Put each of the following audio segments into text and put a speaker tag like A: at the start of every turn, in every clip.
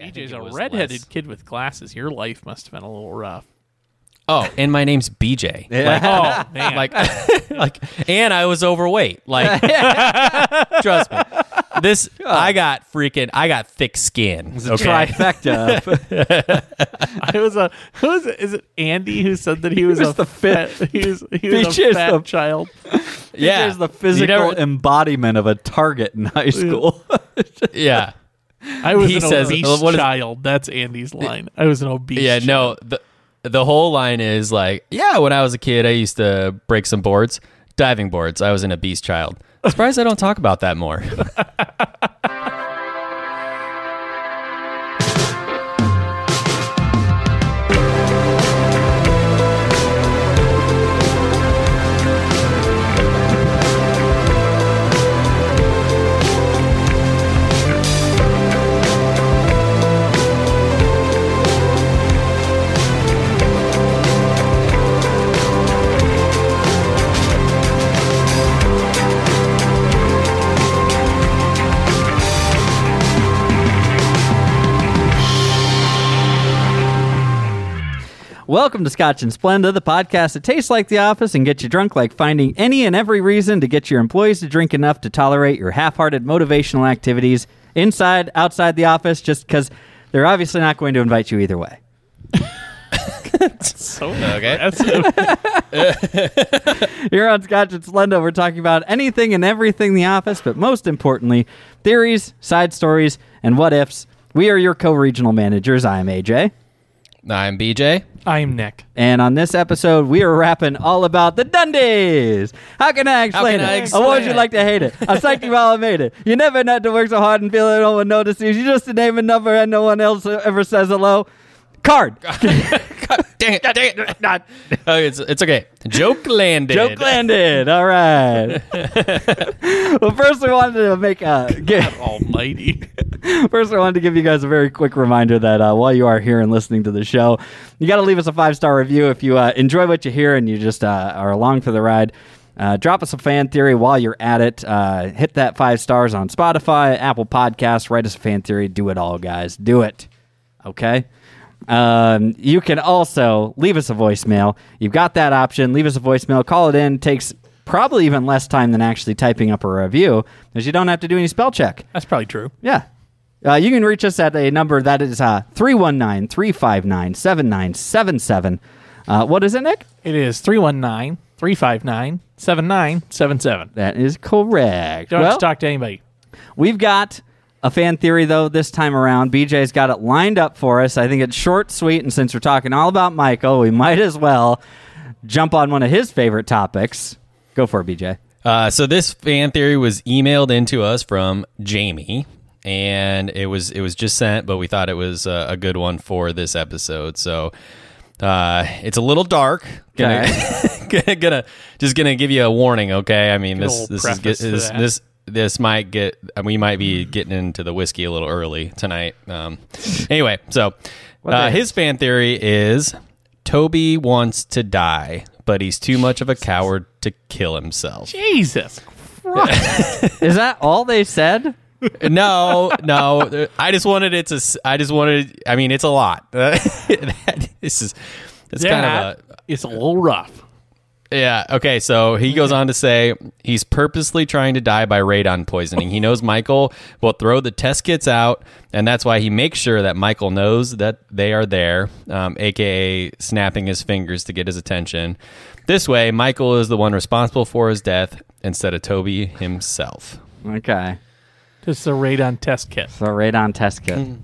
A: I think
B: DJ's
A: it
B: a
A: was
B: redheaded
A: less.
B: kid with glasses. Your life must have been a little rough.
C: Oh, and my name's BJ.
B: Oh man!
C: Like, like, like, and I was overweight. Like, trust me, this I got freaking, I got thick skin.
D: It's a trifecta. of-
B: I was a who is it? Is it Andy who said that he was,
D: was
B: a
D: the
B: fat?
D: fifth.
B: He was, he was
D: Peach
B: a
D: is
B: fat
D: the-
B: child.
C: yeah,
D: There's the
C: You
D: physical
C: never-
D: embodiment of a target in high school.
C: yeah,
B: I was
C: He
B: an
C: says-
B: obese
C: well, what is-
B: child. That's Andy's line. I was an obese.
C: yeah.
B: child.
C: No, the the whole line is like, yeah. When I was a kid, I used to break some boards, diving boards. I was an obese child. Surprised I don't talk about that more.
D: Welcome to Scotch and Splenda, the podcast that tastes like the office and gets you drunk like finding any and every reason to get your employees to drink enough to tolerate your half-hearted motivational activities inside, outside the office, just because they're obviously not going to invite you either way.
B: So
C: Okay.
B: aggressive.
D: Here on Scotch and Splenda, we're talking about anything and everything in the office, but most importantly, theories, side stories, and what ifs. We are your co-regional managers. I am AJ.
C: I'm BJ.
B: I'm Nick.
D: And on this episode, we are rapping all about the Dundies. How can I explain
C: can I
D: it?
C: explain
D: oh, would you
C: it?
D: like to hate it? I'm psyched you all made it. You never had to work so hard and feel it. No one notices. You just a name and number, and no one else ever says hello. Card.
C: God, dang it! Dang it! Not. Oh, it's it's okay. Joke landed.
D: Joke landed. All right. well, first we wanted to make uh, get,
B: Almighty.
D: First, I wanted to give you guys a very quick reminder that uh, while you are here and listening to the show, you got to leave us a five star review if you uh, enjoy what you hear and you just uh, are along for the ride. Uh, drop us a fan theory while you're at it. Uh, hit that five stars on Spotify, Apple Podcasts. Write us a fan theory. Do it all, guys. Do it. Okay. Um, you can also leave us a voicemail. You've got that option. Leave us a voicemail. Call it in. Takes probably even less time than actually typing up a review because you don't have to do any spell check.
B: That's probably true.
D: Yeah. Uh, you can reach us at a number that is uh, 319 359 7977. Uh, What is it, Nick?
B: It is 319 359 7977.
D: That is correct.
B: Don't have
D: well,
B: to talk to anybody.
D: we've got a fan theory, though, this time around. BJ's got it lined up for us. I think it's short, sweet, and since we're talking all about Michael, we might as well jump on one of his favorite topics. Go for it, BJ.
C: Uh, so this fan theory was emailed into us from Jamie, and it was it was just sent, but we thought it was uh, a good one for this episode. So uh, it's a little dark. Gonna, gonna, gonna- just gonna give you a warning, okay? I mean, this
B: old
C: this is
B: preface
C: get,
B: to
C: this,
B: that.
C: this this might get uh, we might be getting into the whiskey a little early tonight. Um, anyway, so uh, his fan theory is Toby wants to die, but he's too much of a coward to kill himself.
B: Jesus.
D: Is that all they said?
C: no, no. I just wanted it to. s- I just wanted. I mean, it's a lot. That- this is. It's kind
B: That
C: of
B: is a little rough.
C: a. Yeah. Okay. So he goes on to say he's purposely trying to die by radon poisoning. He knows Michael will throw the test kits out, and that's why he makes sure that Michael knows that they are there, um, aka snapping his fingers to get his attention. This way, Michael is the one responsible for his death instead of Toby himself.
D: Okay.
B: This is a radon test kit.
D: So, radon test kit.
C: Hmm.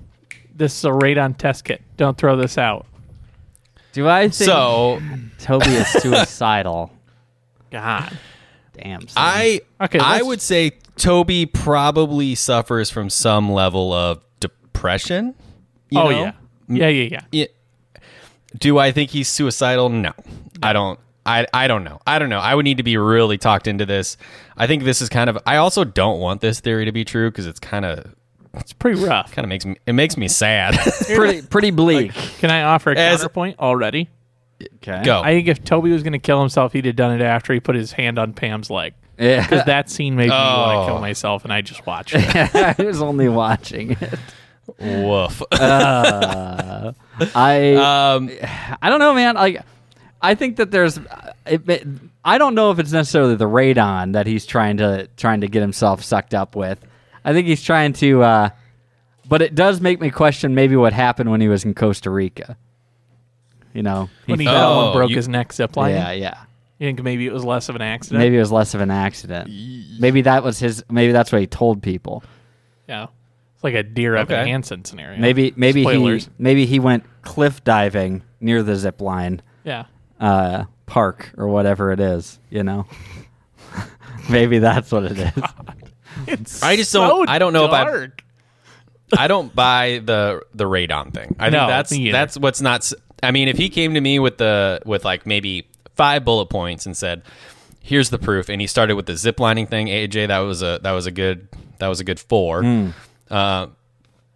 B: This is a radon test kit. Don't throw this out.
D: Do I think
C: So
D: Toby is suicidal?
B: God.
D: Damn. son.
C: I
B: Okay,
C: I
B: let's-
C: would say Toby probably suffers from some level of depression. you
B: oh,
C: know? Mm.
B: yeah. Yeah, yeah, yeah.
C: Yeah. Do I think he's suicidal? No. I don't I, I don't know. I don't know. I would need to be really talked into this. I think this is kind of I also don't want this theory to be true because it's kind of
B: It's pretty rough.
C: kind of makes me it makes me sad.
D: pretty pretty bleak.
B: Can I offer a
C: As-
B: counterpoint already?
D: okay.
C: Go.
B: I think if Toby was going to kill himself, he'd have done it after he put his hand on Pam's leg.
D: Yeah,
B: Because that scene made me want
C: Oh.
B: to kill myself, and I just watched it.
D: I was only watching it.
C: Woof.
D: Uh, I
C: um,
D: I don't know, man. Like, I think that there's, it, it- I don't know if it's necessarily the radon that he's trying to trying to get himself sucked up with. I think he's trying to, uh, but it does make me question maybe what happened when he was in Costa Rica. You know,
B: when he
C: fell.
B: fell
C: Oh,
B: and broke
C: you-
B: his neck ziplining.
D: yeah, yeah.
B: You think maybe it was less of an accident?
D: Maybe it was less of an accident. Maybe that was his. Maybe that's what he told people.
B: Yeah. It's like a deer Evan
C: Okay.
B: Hansen scenario.
D: Maybe maybe
B: Spoilers.
D: he maybe he went cliff diving near the zip line.
B: Yeah.
D: uh, park or whatever it is, you know? Maybe that's what it is.
B: It's
C: I just don't- I don't know if I-
B: dark.
C: I don't buy the the radon thing. I
B: No,
C: think that's
B: me either.
C: that's what's not. s- I mean, if he came to me with the with like maybe five bullet points and said, "Here's the proof," and he started with the zip lining thing, AJ, that was a that was a good that was a good four. Uh,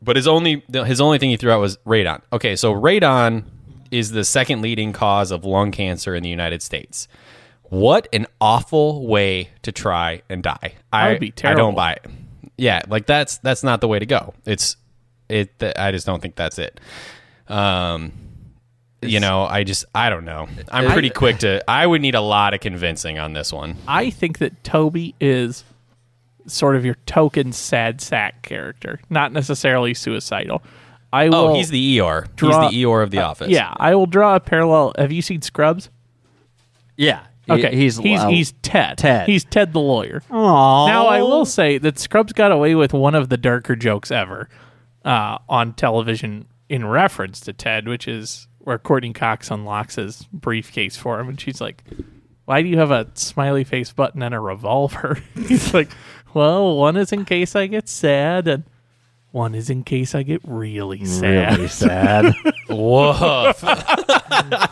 C: but his only his only thing he threw out was radon. Okay, so radon is the second leading cause of lung cancer in the United States. What an awful way to try and die. I
B: would be
C: I
B: terrible.
C: don't buy it. Yeah, like that's that's not the way to go. It's it. th- I just don't think that's it. Um, you know, I just I don't know. I'm pretty quick to. I would need a lot of convincing on this one.
B: I think that Toby is sort of your token sad sack character, not necessarily suicidal. I will,
C: Oh, he's the ER.
B: draw-
C: he's the ER of the office.
B: uh, yeah. I will draw a parallel. Have you seen Scrubs?
D: Yeah.
B: Okay,
D: He- he's
B: he's
D: uh,
B: he's Ted.
D: Ted.
B: He's Ted the lawyer.
D: Aw.
B: Now I will say that Scrubs got away with one of the darker jokes ever uh, on television in reference to Ted, which is where Courtney Cox unlocks his briefcase for him, and she's like, "Why do you have a smiley face button and a revolver?" He's like, "Well, one is in case I get sad, and one is in case I get really sad."
D: really sad.
C: Whoa.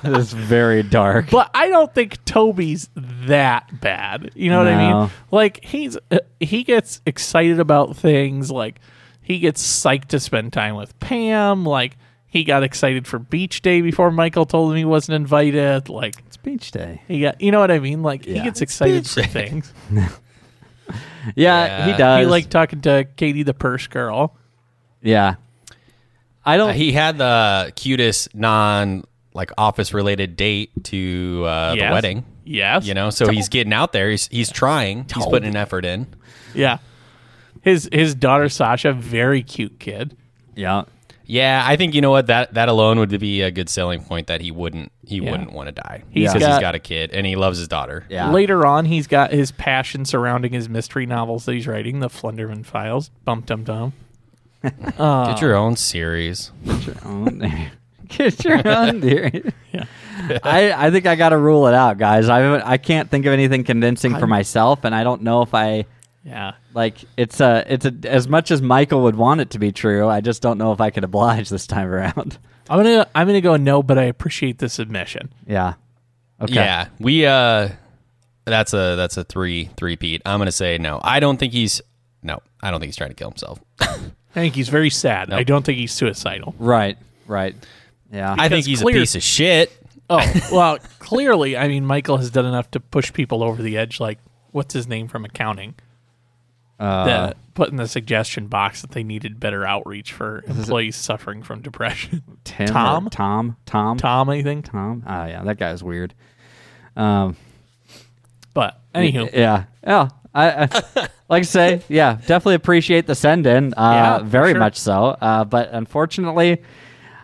D: it's very dark.
B: But I don't think Toby's that bad. You know what I
D: No.
B: mean? Like he's uh, he gets excited about things. Like he gets psyched to spend time with Pam. Like he got excited for beach day before Michael told him he wasn't invited. Like
D: It's beach day.
B: he got you know what I mean? Like he
D: Yeah.
B: gets excited
C: beach
B: for
C: day.
B: things.
D: Yeah,
C: Yeah.
D: he does.
B: He liked talking to Katie the purse girl.
D: yeah. I
B: Oh.
D: don't.
C: he had the cutest non like office related date to uh,
B: Yes.
C: the wedding.
B: Yes.
C: You know, so he's getting out there. He's he's trying. He's putting an effort in.
B: Yeah. His his daughter Sasha, very cute kid.
D: yeah.
C: Yeah, I think you know what that that alone would be a good selling point that he wouldn't he wouldn't want to die.
B: He's
C: because
B: got-
C: he's got a kid and he loves his daughter.
D: Yeah.
B: Later on, he's got his passion surrounding his mystery novels that he's writing, the Flunderman Files, Bum Dum Dum.
C: Get
B: Uh.
C: your own series.
D: Get your own theory.
B: Yeah.
D: I, I think I got to rule it out, guys. I I can't think of anything convincing for myself, and I don't know if I
B: Yeah.
D: like it's a it's a as much as Michael would want it to be true. I just don't know if I could oblige this time around.
B: I'm gonna I'm gonna go no, but I appreciate the submission.
D: Yeah. Okay.
C: Yeah, we uh, that's a that's a three three Pete. I'm gonna say no. I don't think he's no. I don't think he's trying to kill himself.
B: I think he's very sad. I don't think he's suicidal.
D: Right. Right. Yeah.
C: I think
B: Because
C: he's
B: clear-
C: a piece of shit.
B: Oh well, clearly, I mean, Michael has done enough to push people over the edge. Like, what's his name from accounting?
D: Uh,
B: That put in the suggestion box that they needed better outreach for employees suffering from depression.
D: Tim or
B: Tom?
D: Tom. Tom. Tom.
B: Tom, I think.
D: Tom. Oh yeah, that guy's weird. Um.
B: But anywho,
D: Yeah. Yeah. I, I like I say, yeah, definitely appreciate the send in. Uh,
B: Yeah, for
D: very
B: sure.
D: much so. Uh, but unfortunately,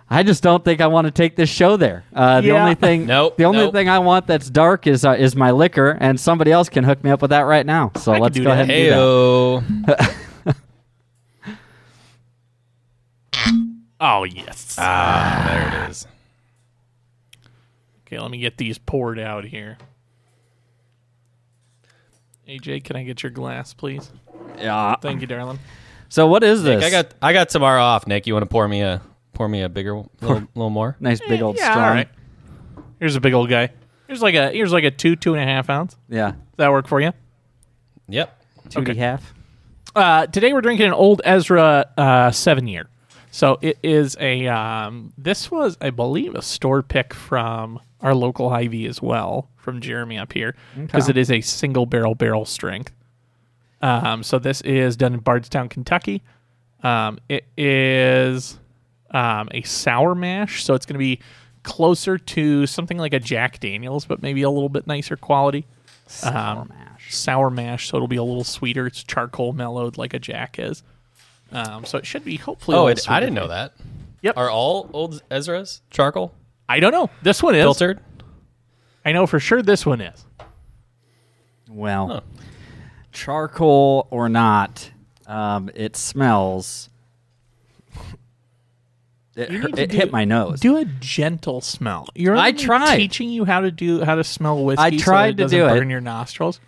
D: I just don't think I want to take this show there. Uh, the
B: Yeah.
D: only thing,
C: Nope,
D: the only
C: nope.
D: thing I want that's dark is uh, is my liquor, and somebody else can hook me up with that right now. So
B: could
D: let's
B: do
D: go ahead
B: that.
D: and do that.
C: Heyo.
B: oh yes.
C: Ah, there it is.
B: Okay, let me get these poured out here. AJ, can I get your glass, please?
D: Yeah.
B: Thank you, darling.
D: So what is this?
C: I got I got tomorrow off. Nick, you want to pour me a pour me a bigger one- little, little more?
D: nice
B: Eh,
D: big old strong.
B: Here's a big old guy. Here's like a here's like a two two and a half ounce. Does
D: Yeah,
B: that work for you?
C: Yep.
D: two and a
B: Okay.
D: half.
B: Uh, today we're drinking an old Ezra uh, seven year. So it is a um, this was I believe a store pick from our local Hy-Vee as well from Jeremy up here because it is a single barrel barrel strength. Um, so this is done in Bardstown, Kentucky. Um, it is um, a sour mash, so it's going to be closer to something like a Jack Daniels, but maybe a little bit nicer quality. Sour mash. Sour mash, so it'll be a little sweeter. It's charcoal mellowed like a Jack is. Um, so it should be hopefully. a
C: Oh,
B: little
C: it, I
B: sweeter.
C: didn't know that.
B: Yep.
C: Are all old Ezra's charcoal
B: I don't know. This one is.
C: filtered?
B: I know for sure this one is.
D: Well,
C: Huh.
D: charcoal or not, um, it smells. It,
B: You
D: hur-
B: need to
D: it hit
B: do-
D: my nose.
B: Do a gentle smell. You're
D: I
B: only
D: tried.
B: teaching you how to do how to smell whiskey. so that
D: tried
B: it
D: to
B: doesn't
D: do it.
B: burn your nostrils.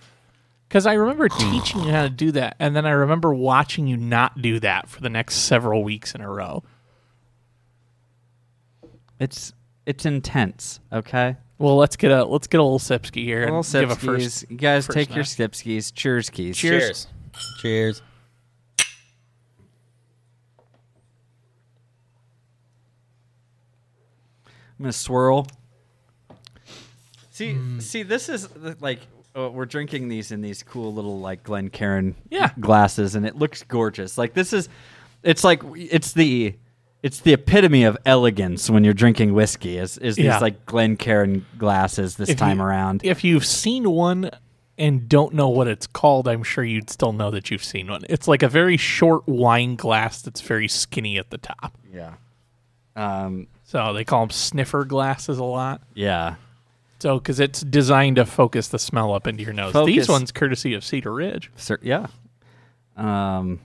B: Because I remember teaching you how to do that, and then I remember watching you not do that for the next several weeks in a row.
D: It's it's intense. Okay.
B: Well, let's get a let's get a little sipsky here and
D: Well,
B: give a
D: sipskis.
B: first.
D: you guys
B: first
D: take your
B: smash.
D: sipskis. Cheers, keys.
C: Cheers. Cheers.
D: I'm gonna swirl. See, see, this is th- like uh, we're drinking these in these cool little like Glencairn
B: Yeah.
D: glasses, and it looks gorgeous. Like this is, it's like it's the. It's the epitome of elegance when you're drinking whiskey. Is is these
B: Yeah.
D: like Glencairn glasses this
B: If
D: time
B: you-
D: around?
B: If you've seen one and don't know what it's called, I'm sure you'd still know that you've seen one. It's like a very short wine glass that's very skinny at the top.
D: Yeah, um,
B: So they call them sniffer glasses a lot.
D: yeah.
B: So, because it's designed to focus the smell up into your nose.
D: Focus.
B: These ones, courtesy of Cedar Ridge,
D: Sir, yeah. Um,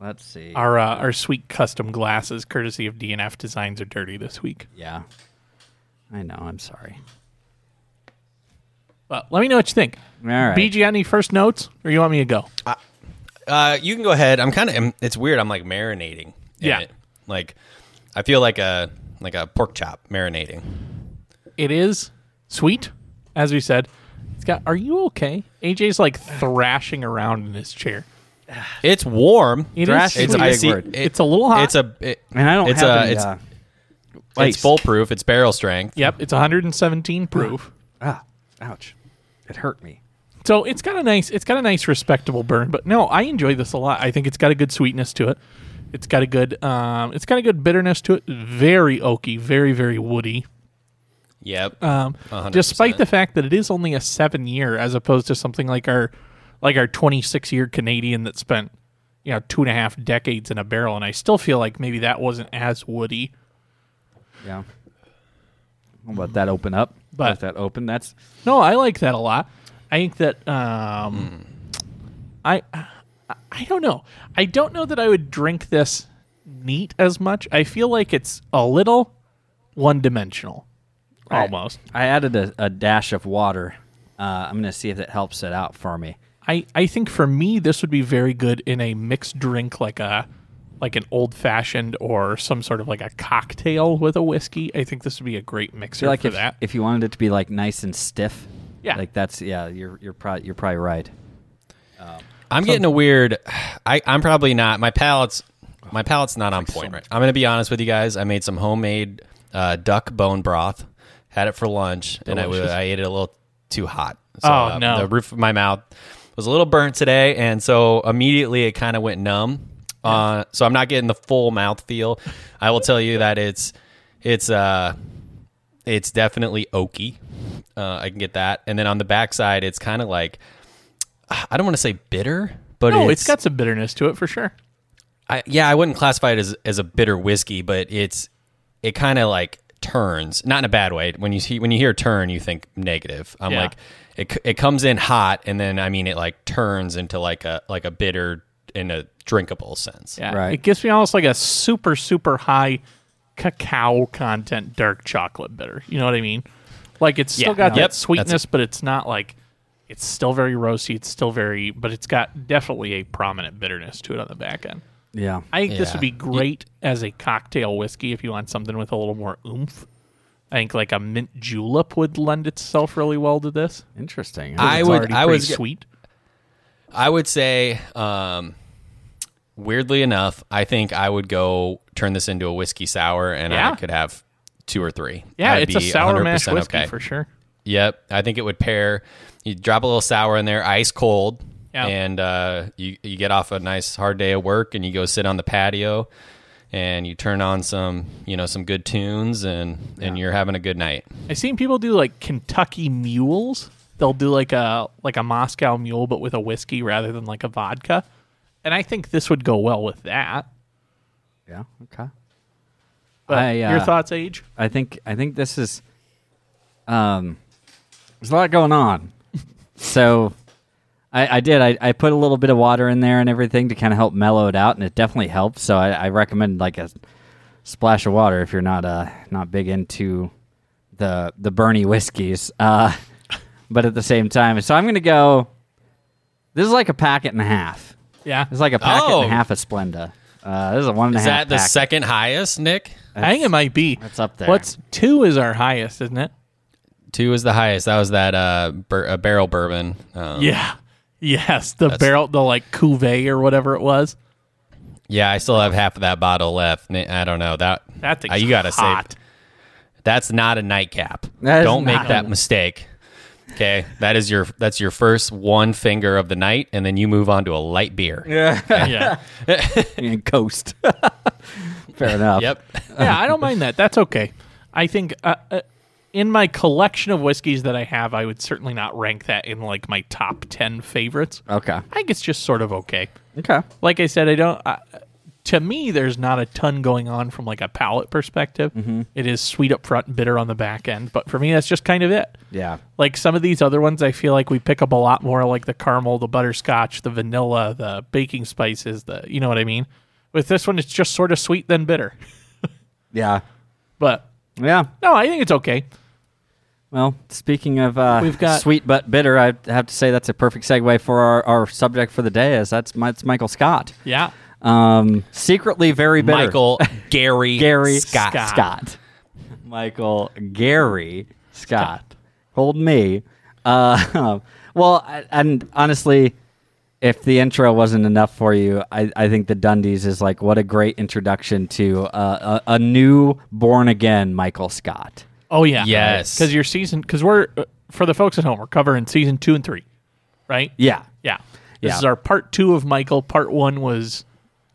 D: let's see.
B: our uh, our sweet custom glasses, courtesy of DNF Designs, are dirty this week.
D: yeah, I know. I'm sorry.
B: But let me know what you think.
D: All right.
B: BG, any first notes, or you want me to go?
C: Uh, you can go ahead. I'm kind of. It's weird. I'm like marinating. in
B: Yeah.
C: it. Like, I feel like a like a pork chop marinating.
B: It is sweet, as we said. It's got. Are you okay? AJ's like thrashing around in his chair.
C: It's warm.
B: It is
D: Thrash
B: sweet.
D: is
C: It's
D: a big
C: icy.
D: word.
B: It's a little hot.
C: It's a. It,
D: And I don't
C: It's
D: have
C: a-
D: any,
C: it's-
D: uh,
C: it's
D: ice.
C: foolproof. It's barrel strength.
B: yep, it's 117 proof.
D: Ah, ouch. It hurt me.
B: So it's got a nice it's got a nice respectable burn, but no, I enjoy this a lot. I think it's got a good sweetness to it. It's got a good um it's got a good bitterness to it. Very oaky, very very woody.
C: Yep.
B: Um despite the fact that it is only a 7 year as opposed to something like our like our 26 year Canadian that spent you know two and a half decades in a barrel and I still feel like maybe that wasn't as woody.
D: Yeah. I'll let that open up.
B: But-
D: let that open. That's
B: No, I like that a lot. I think that um, I I don't know. I don't know that I would drink this neat as much. I feel like it's a little one dimensional, almost.
D: I added a, a dash of water. Uh, I'm gonna see if it helps it out for me.
B: I I think for me this would be very good in a mixed drink like a like an old fashioned or some sort of like a cocktail with a whiskey. I think this would be a great
D: I
B: mixer
D: feel like
B: for
D: if,
B: that.
D: if you wanted it to be like nice and stiff.
B: Yeah.
D: Like that's yeah, you're you're probably you're probably right.
C: I'm getting a weird. I, I'm probably not. My palate's my palate's not on point. Right. I'm gonna be honest with you guys. I made some homemade uh, duck bone broth. Had it for lunch, and I, wa- I ate it a little too hot. So, uh,
B: Oh, no.
C: The roof of my mouth was a little burnt today, and so immediately it kind of went numb. Uh, so I'm not getting the full mouth feel. I will tell you that it's it's uh it's definitely oaky. Uh, I can get that, and then on the backside, it's kind of like I don't want to say bitter, but
B: no,
C: it's,
B: it's got some bitterness to it for sure.
C: I, yeah, I wouldn't classify it as, as a bitter whiskey, but it's it kind of like turns, not in a bad way. When you see when you hear turn, you think negative. I'm
B: Yeah.
C: like it c- it comes in hot, and then I mean it like turns into like a like a bitter in a drinkable sense.
B: Yeah,
D: Right.
B: it gives me almost like a super super high cacao content dark chocolate bitter. You know what I mean? Like it's still
C: Yeah.
B: got
C: Yep.
B: that
C: That's
B: sweetness, but it's not like it's still very roasty. It's still very, but it's got definitely a prominent bitterness to it on the back end.
D: Yeah.
B: I think this
C: Yeah.
B: would be great as a cocktail whiskey if you want something with a little more oomph. I think like a mint julep would lend itself really well to this.
D: Interesting.
C: I
B: It's
C: would-
B: already pretty
C: was-
B: sweet.
C: I would say, um, weirdly enough, I think I would go turn this into a whiskey sour, and I
B: Yeah.
C: could have two or three.
B: Yeah,
C: I'd
B: it's a
C: be
B: sour mash
C: 100%
B: whiskey
C: okay.
B: for sure.
C: Yep, I think it would pair. You drop a little sour in there, ice cold.
B: Yeah.
C: and uh, you you get off a nice hard day of work, and you go sit on the patio, and you turn on some you know some good tunes, and and you're having a good night.
B: I've seen people do like Kentucky mules. They'll do like a like a Moscow mule, but with a whiskey rather than like a vodka. And I think this would go well with that.
D: Yeah. Okay.
B: But
D: I, uh,
B: your thoughts, Age?
D: I think I think this is um there's a lot going on. so I, I did I, I put a little bit of water in there and everything to kind of help mellow it out and it definitely helps. So I, I recommend like a splash of water if you're not uh not big into the the Bernie whiskeys. Uh but at the same time so I'm gonna go this is like a packet and a half.
B: Yeah,
D: It's like a packet
C: Oh.
D: and a half of Splenda. Uh, this is a one and a
C: Is
D: half.
C: that the
D: pack.
C: second highest, Nick?
B: I think it might be.
D: that's up there.
B: What's two is our highest, isn't it?
C: Two is the highest. That was that uh, bur- uh barrel bourbon. Um,
B: Yeah. Yes, the barrel, the like cuvee or whatever it was.
C: yeah, I still have half of that bottle left. Ni- I don't know that.
B: That thing's
C: uh, you gotta
B: hot.
C: save. That's not a nightcap.
D: That is
C: don't make
D: not-
C: that mistake. Okay, that is your that's your first one finger of the night, and then you move on to a light beer.
B: Yeah,
D: and coast. Fair enough.
C: Yep.
B: yeah, I don't mind that. That's okay. I think uh, uh, in my collection of whiskeys that I have, I would certainly not rank that in like my top ten favorites.
D: Okay.
B: I think it's just sort of okay.
D: Okay.
B: Like I said, I don't. I, to me, there's not a ton going on from like a palate perspective. It is sweet up front, and bitter on the back end, but for me, that's just kind of it.
D: Yeah.
B: Like some of these other ones, I feel like we pick up a lot more, like the caramel, the butterscotch, the vanilla, the baking spices, the you know what I mean. With this one, it's just sort of sweet then bitter.
D: Yeah.
B: But
D: Yeah.
B: no, I think it's okay.
D: Well, speaking of uh,
B: We've got-
D: sweet but bitter, I have to say that's a perfect segue for our, our subject for the day. Is that's my, it's Michael Scott,
B: Yeah,
D: um, secretly very bitter.
C: Michael Gary
D: Gary
C: Scott.
D: Scott. Michael Gary Scott. Hold me. Uh, well, I- and honestly, if the intro wasn't enough for you, I, I think the Dundies is like what a great introduction to uh, a, a new born again Michael Scott.
B: Oh yeah,
C: Yes.
B: Because your season, because we're uh, for the folks at home, we're covering season two and three, right?
D: Yeah.
B: yeah. This
D: Yeah.
B: is our part two of Michael. Part one was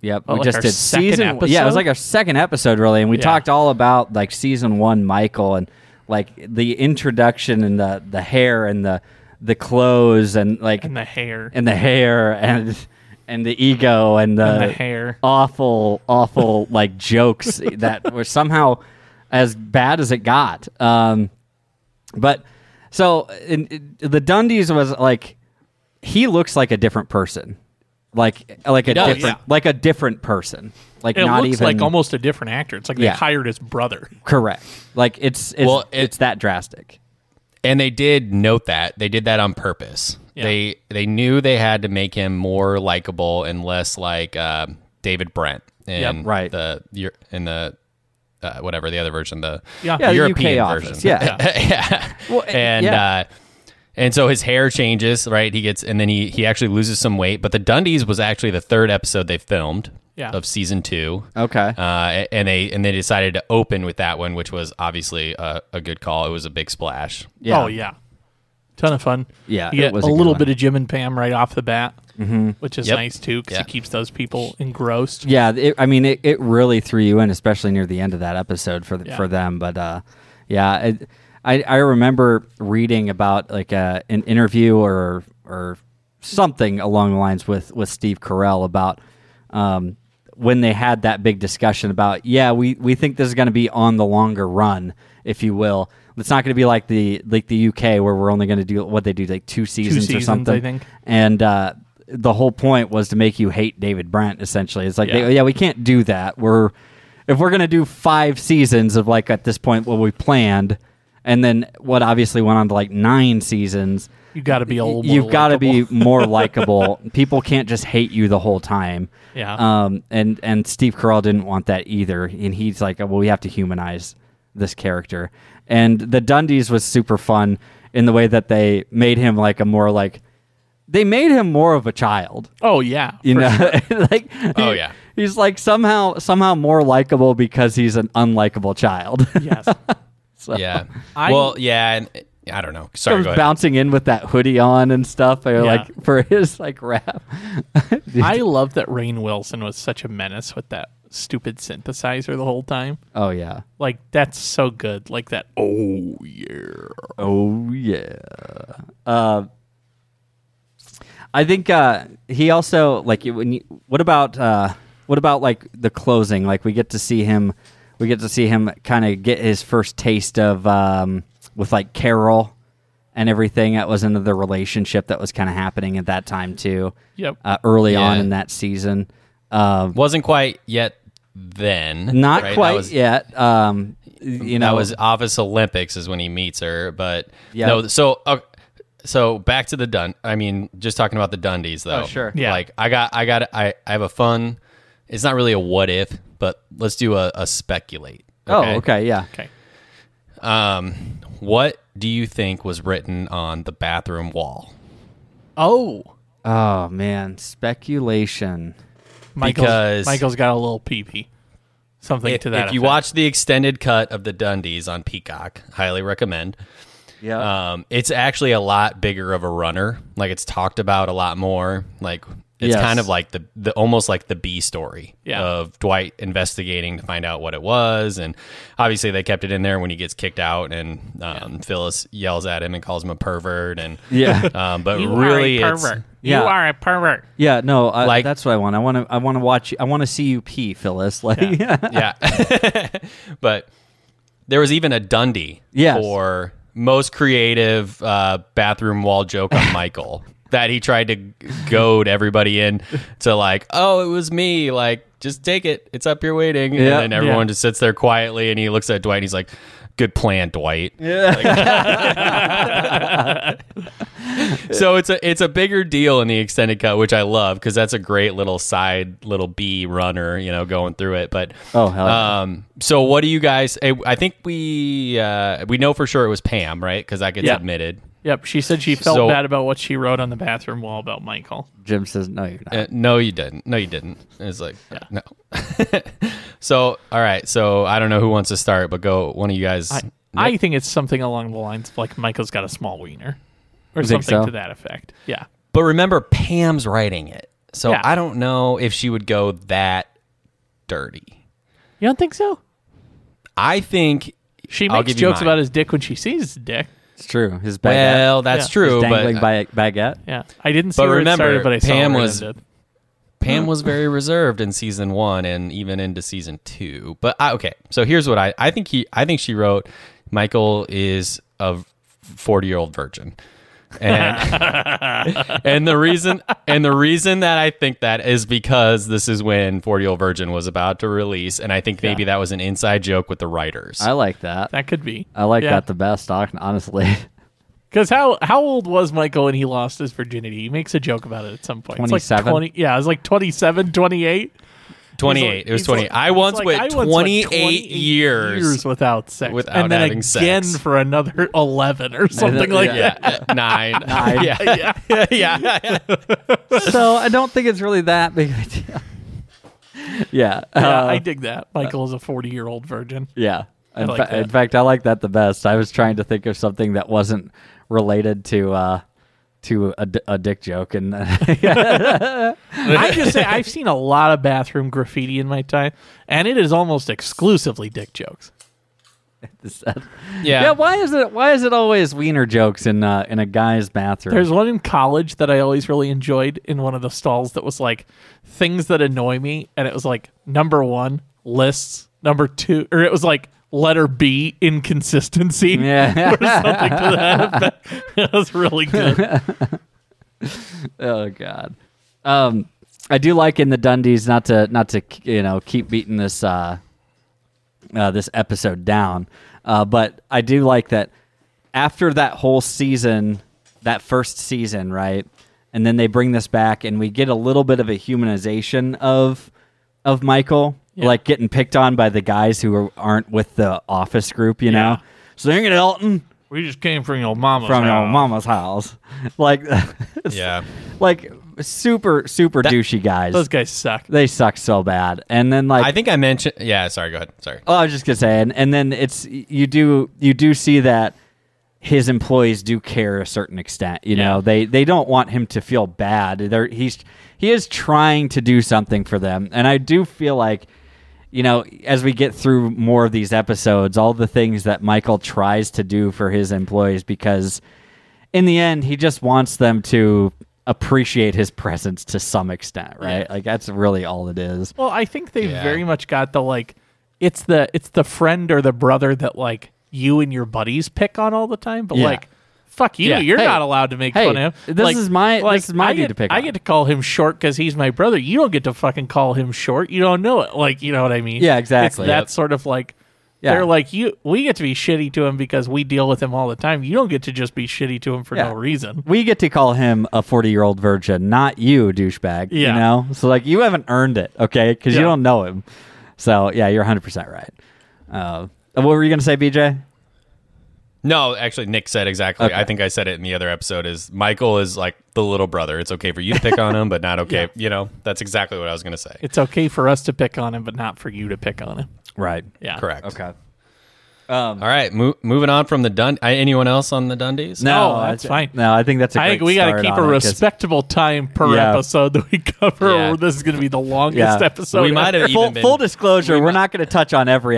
D: Yep.
B: Oh,
D: we
B: like
D: just
B: our
D: did
B: second
D: season. Yeah, it was
B: episode?
D: like our second episode really, and we
B: Yeah.
D: talked all about like season one Michael and like the introduction and the the hair and the the clothes and like
B: in the hair,
D: and the hair and and the ego and the,
B: And the hair.
D: awful awful like jokes that were somehow as bad as it got um but so in, in- the dundies was like he looks like a different person like like a
C: does,
D: different
B: yeah.
D: like a different person like
B: it
D: not
B: looks
D: even
B: like almost a different actor. It's like they
D: Yeah.
B: hired his brother.
D: correct like it's it's,
C: Well, it-
D: it's that drastic
C: And they did note that. They did that on purpose.
B: Yeah.
C: They they knew they had to make him more likable and less like uh, David Brent in
B: Yep,
D: right.
C: the Eu- in the uh, whatever the other version the
B: Yeah.
D: yeah
B: The
D: the
C: European
D: UK
C: version.
D: office yeah
C: yeah.
D: eh,
C: and
D: yeah.
C: uh and so his hair changes, right? He gets and then he he actually loses some weight, but the Dundies was actually the third episode they filmed
B: Yeah.
C: of season 2.
D: okay
C: Uh, and they and they decided to open with that one, which was obviously a, a good call. It was a big splash.
D: Yeah.
B: Oh yeah, ton of fun.
D: Yeah,
B: you
D: it
B: get
D: was
B: a
D: a good
B: little
D: one.
B: bit of Jim and Pam right off the bat, mm-hmm. which is
C: Yep.
B: nice too because
C: Yeah.
B: it keeps those people engrossed.
D: Yeah, it, I mean, it, it really threw you in, especially near the end of that episode for the,
B: Yeah.
D: for them. But uh, yeah, it, I I remember reading about like uh, an interview or or something along the lines with with Steve Carell about um, when they had that big discussion about yeah, we we think this is going to be on the longer run, if you will. It's not going to be like the like the UK where we're only going to do what they do like two seasons,
B: seasons,
D: or something.
B: I think.
D: And uh, the whole point was to make you hate David Brent. Essentially, it's like,
B: Yeah.
D: They, yeah, we can't do that. We're if we're gonna do five seasons of like at this point what we planned, and then what obviously went on to like nine seasons.
B: You got to be a little. more
D: You've got to
B: likable.
D: be more likable. People can't just hate you the whole time.
B: Yeah.
D: Um. And and Steve Carell didn't want that either, and he's like, oh, well, we have to humanize this character. And the Dundies was super fun in the way that they made him like a more like they made him more of a child
B: Oh yeah,
D: you
B: for
D: know like
C: Oh,
D: he-
C: yeah.
D: he's like somehow somehow more likable because he's an unlikable child
B: Yes.
D: so
C: Yeah.
B: I-
C: well, yeah, and I don't know. Sorry,
D: comes
C: go ahead.
D: bouncing in with that hoodie on and stuff, or like for his like rap.
B: I love that Rain Wilson was such a menace with that stupid synthesizer the whole time.
D: oh yeah,
B: Like that's so good. Like that. Oh yeah.
D: oh yeah. Uh, I think uh, he also like you- when you, what about uh, what about like the closing? Like we get to see him, we get to see him kind of get his first taste of um, with like Carol and everything that was into the relationship that was kind of happening at that time too.
B: Yep.
D: Uh, early on
C: Yeah.
D: in that season. Um,
C: Wasn't quite yet then.
D: Not
C: right? That
D: quite
C: was-
D: yet. Um, you know,
C: that was Office Olympics is when he meets her, but
D: Yeah.
C: no. So uh, so back to the Dun. I mean, just talking about the Dundies though.
D: Oh, sure.
B: Yeah.
C: Like I got I got I I have a fun. It's not really a what if, but let's do a, a speculate.
D: oh, okay, yeah.
B: Okay.
C: Um, what do you think was written on the bathroom wall?
B: Oh,
D: Oh man, speculation.
B: Michael's,
C: Because-
B: Michael's got a little pee pee. Something
C: If,
B: to that.
C: if you
B: effect.
C: watch the extended cut of the Dundies on Peacock, highly recommend.
D: Yeah,
C: Um, it's actually a lot bigger of a runner. Like it's talked about a lot more. Like it's
D: Yes.
C: kind of like the, the almost like the B story
B: Yeah.
C: of Dwight investigating to find out what it was, and obviously they kept it in there when he gets kicked out, and um, Phyllis yells at him and calls him a pervert, and
D: yeah,
C: um, but
B: You
C: really
B: are a
C: it's
B: pervert.
D: Yeah.
B: You are a pervert.
D: yeah. No, I,
C: Like-
D: that's what I want. I want to. I want to watch. I want to see you pee, Phyllis. Like, yeah,
C: yeah. but there was even a Dundee
D: Yes.
C: for most creative uh, bathroom wall joke on Michael that he tried to g- goad everybody in to like, oh, it was me. Like, just take it. It's up here waiting.
D: Yeah.
C: And then everyone
B: Yeah.
C: just sits there quietly and he looks at Dwight and he's like, good plan, Dwight. so it's a it's a bigger deal in the extended cut, which I love because that's a great little side little B runner, you know, going through it. But
D: Oh, hell yeah.
C: um, so what do you guys? I I think we uh, we know for sure it was Pam, right? Because that gets
B: Yeah.
C: admitted.
B: Yep. She said she felt
C: So-
B: bad about what she wrote on the bathroom wall about Michael.
D: Jim says no. You're not.
C: Uh, no, you didn't. No, you didn't. It's like no. so all right. So I don't know who wants to start, but go one of you guys.
B: I, I think it's something along the lines of like Michael's got a small wiener or
D: think
B: something
D: so?
B: to that effect. Yeah.
C: but remember, Pam's writing it, so
B: Yeah.
C: I don't know if she would go that dirty.
B: You don't think so?
C: I think
B: She
C: I'll
B: makes
C: give you
B: jokes
C: mine.
B: about his dick when she sees his dick.
D: It's true. His baguette.
C: Well, that's
B: Yeah.
C: true,
D: His
C: but uh,
D: dangling ba- baguette.
B: Yeah. I didn't see
C: But
B: where
C: remember,
B: it started, but I saw
C: Pam
B: where
C: was-
B: it ended.
C: Pam was very reserved in season one and even into season two. But I, okay, so here's what I I think he I think she wrote Michael is a forty year old virgin. And, and the reason and the reason that I think that is because this is when 40 Year Old Virgin was about to release, and I think maybe that was an inside joke with the writers.
D: I like that.
B: That could be.
D: I like
B: Yeah.
D: that the best. hon- Honestly,
B: Because how how old was Michael when he lost his virginity? He makes a joke about it at some point. It's like
D: 27?
B: 20 yeah, it was like 27, 28.
C: 28. it was
B: He's
C: 28.
B: like-
C: I
B: he's
C: once
B: like,
C: went
B: I once
C: 28,
B: years,
C: years
B: without sex,
C: without
B: and then
C: having
B: again
C: sex.
B: for another eleven or something like Uh,
C: Yeah, nine.
D: Nine.
C: Yeah, yeah,
D: so I don't think it's really that big of a deal. yeah.
B: that. Yeah,
D: uh,
B: I dig that. Michael is a forty-year-old virgin.
D: Yeah. In,
B: like
D: fa-
B: that.
D: in fact, I like that the best. I was trying to think of something that wasn't related to uh, to a, d- a dick joke, and
B: I just say I've seen a lot of bathroom graffiti in my time, and it is almost exclusively dick jokes.
C: yeah.
D: yeah, why is it why is it always wiener jokes in uh, in a guy's bathroom?
B: There's one in college that I always really enjoyed in one of the stalls that was like things that annoy me, and it was like number one lists, number two, or it was like letter B inconsistency.
D: yeah.
B: something to that effect. That was really good.
D: oh God. Um, I do like in the Dundies not to not to you know keep beating this uh, uh, this episode down, uh, but I do like that after that whole season, that first season, right, and then they bring this back and we get a little bit of a humanization of of Michael,
B: Yeah.
D: like getting picked on by the guys who are, aren't with the office group, you
B: Yeah.
D: know. So hang it, Elton,
B: We just came from your mama.
D: from your mama's house, like
C: yeah.
D: like super super douchey guys.
B: Those guys suck.
D: they suck so bad. And then like
C: I think I mentioned. Yeah, sorry. Go ahead. Sorry.
D: oh, I was just gonna say, and, and then it's you do you do see that his employees do care a certain extent. You know, they they don't want him to feel bad. They're, he's he is trying to do something for them, and I do feel like. You know, as we get through more of these episodes, all the things that Michael tries to do for his employees, because in the end, he just wants them to appreciate his presence to some extent, right? Like that's really all it is.
B: Well, I think they
C: Yeah.
B: very much got the like it's the it's the friend or the brother that like you and your buddies pick on all the time, but
D: Yeah.
B: like fuck you,
D: Yeah.
B: you're
D: Hey.
B: not allowed to make
D: Hey,
B: fun of him.
D: this
B: Like-
D: is my-
B: like,
D: this is
B: I
D: my dude
B: get,
D: to pick
B: I
D: on.
B: get to call him short cuz he's my brother. You don't get to fucking call him short. You don't know it. Like, you know what I mean?
D: Yeah,
B: It's
D: exactly.
B: that
D: Yep.
B: sort of like
D: Yeah.
B: They're like you. We get to be shitty to him because we deal with him all the time. You don't get to just be shitty to him for
D: Yeah.
B: no reason.
D: We get to call him a 40 year old virgin, not you, douchebag. You
B: Yeah.
D: know? So, like, you haven't earned it, okay? Because you
B: Yeah.
D: don't know him. So, yeah, you're 100% right. Uh, what were you going to say, BJ?
C: No, actually, Nick said exactly.
D: Okay.
C: I think I said it in the other episode. Is Michael is like the little brother. It's okay for you to pick on him, but not okay. You know, that's exactly what I was going to say.
B: It's okay for us to pick on him, but not for you to pick on him.
D: Right.
B: Yeah,
C: Correct.
D: Okay. Um,
C: All right, mo- moving on from the Dun. I- anyone else on the Dundies?
D: no,
B: Oh,
D: I
B: that's
D: thi-
B: fine.
D: No, I think that's a
B: I think
D: great
B: we got to
D: start
B: keep
D: on
B: a
D: it 'cause-
B: respectable time per
D: Yeah.
B: episode that we cover.
C: Yeah.
B: Or this is going to be the longest
D: Yeah.
B: episode.
C: We might have
B: ever.
C: even
D: full,
C: been-
D: full disclosure, we are not going to touch on every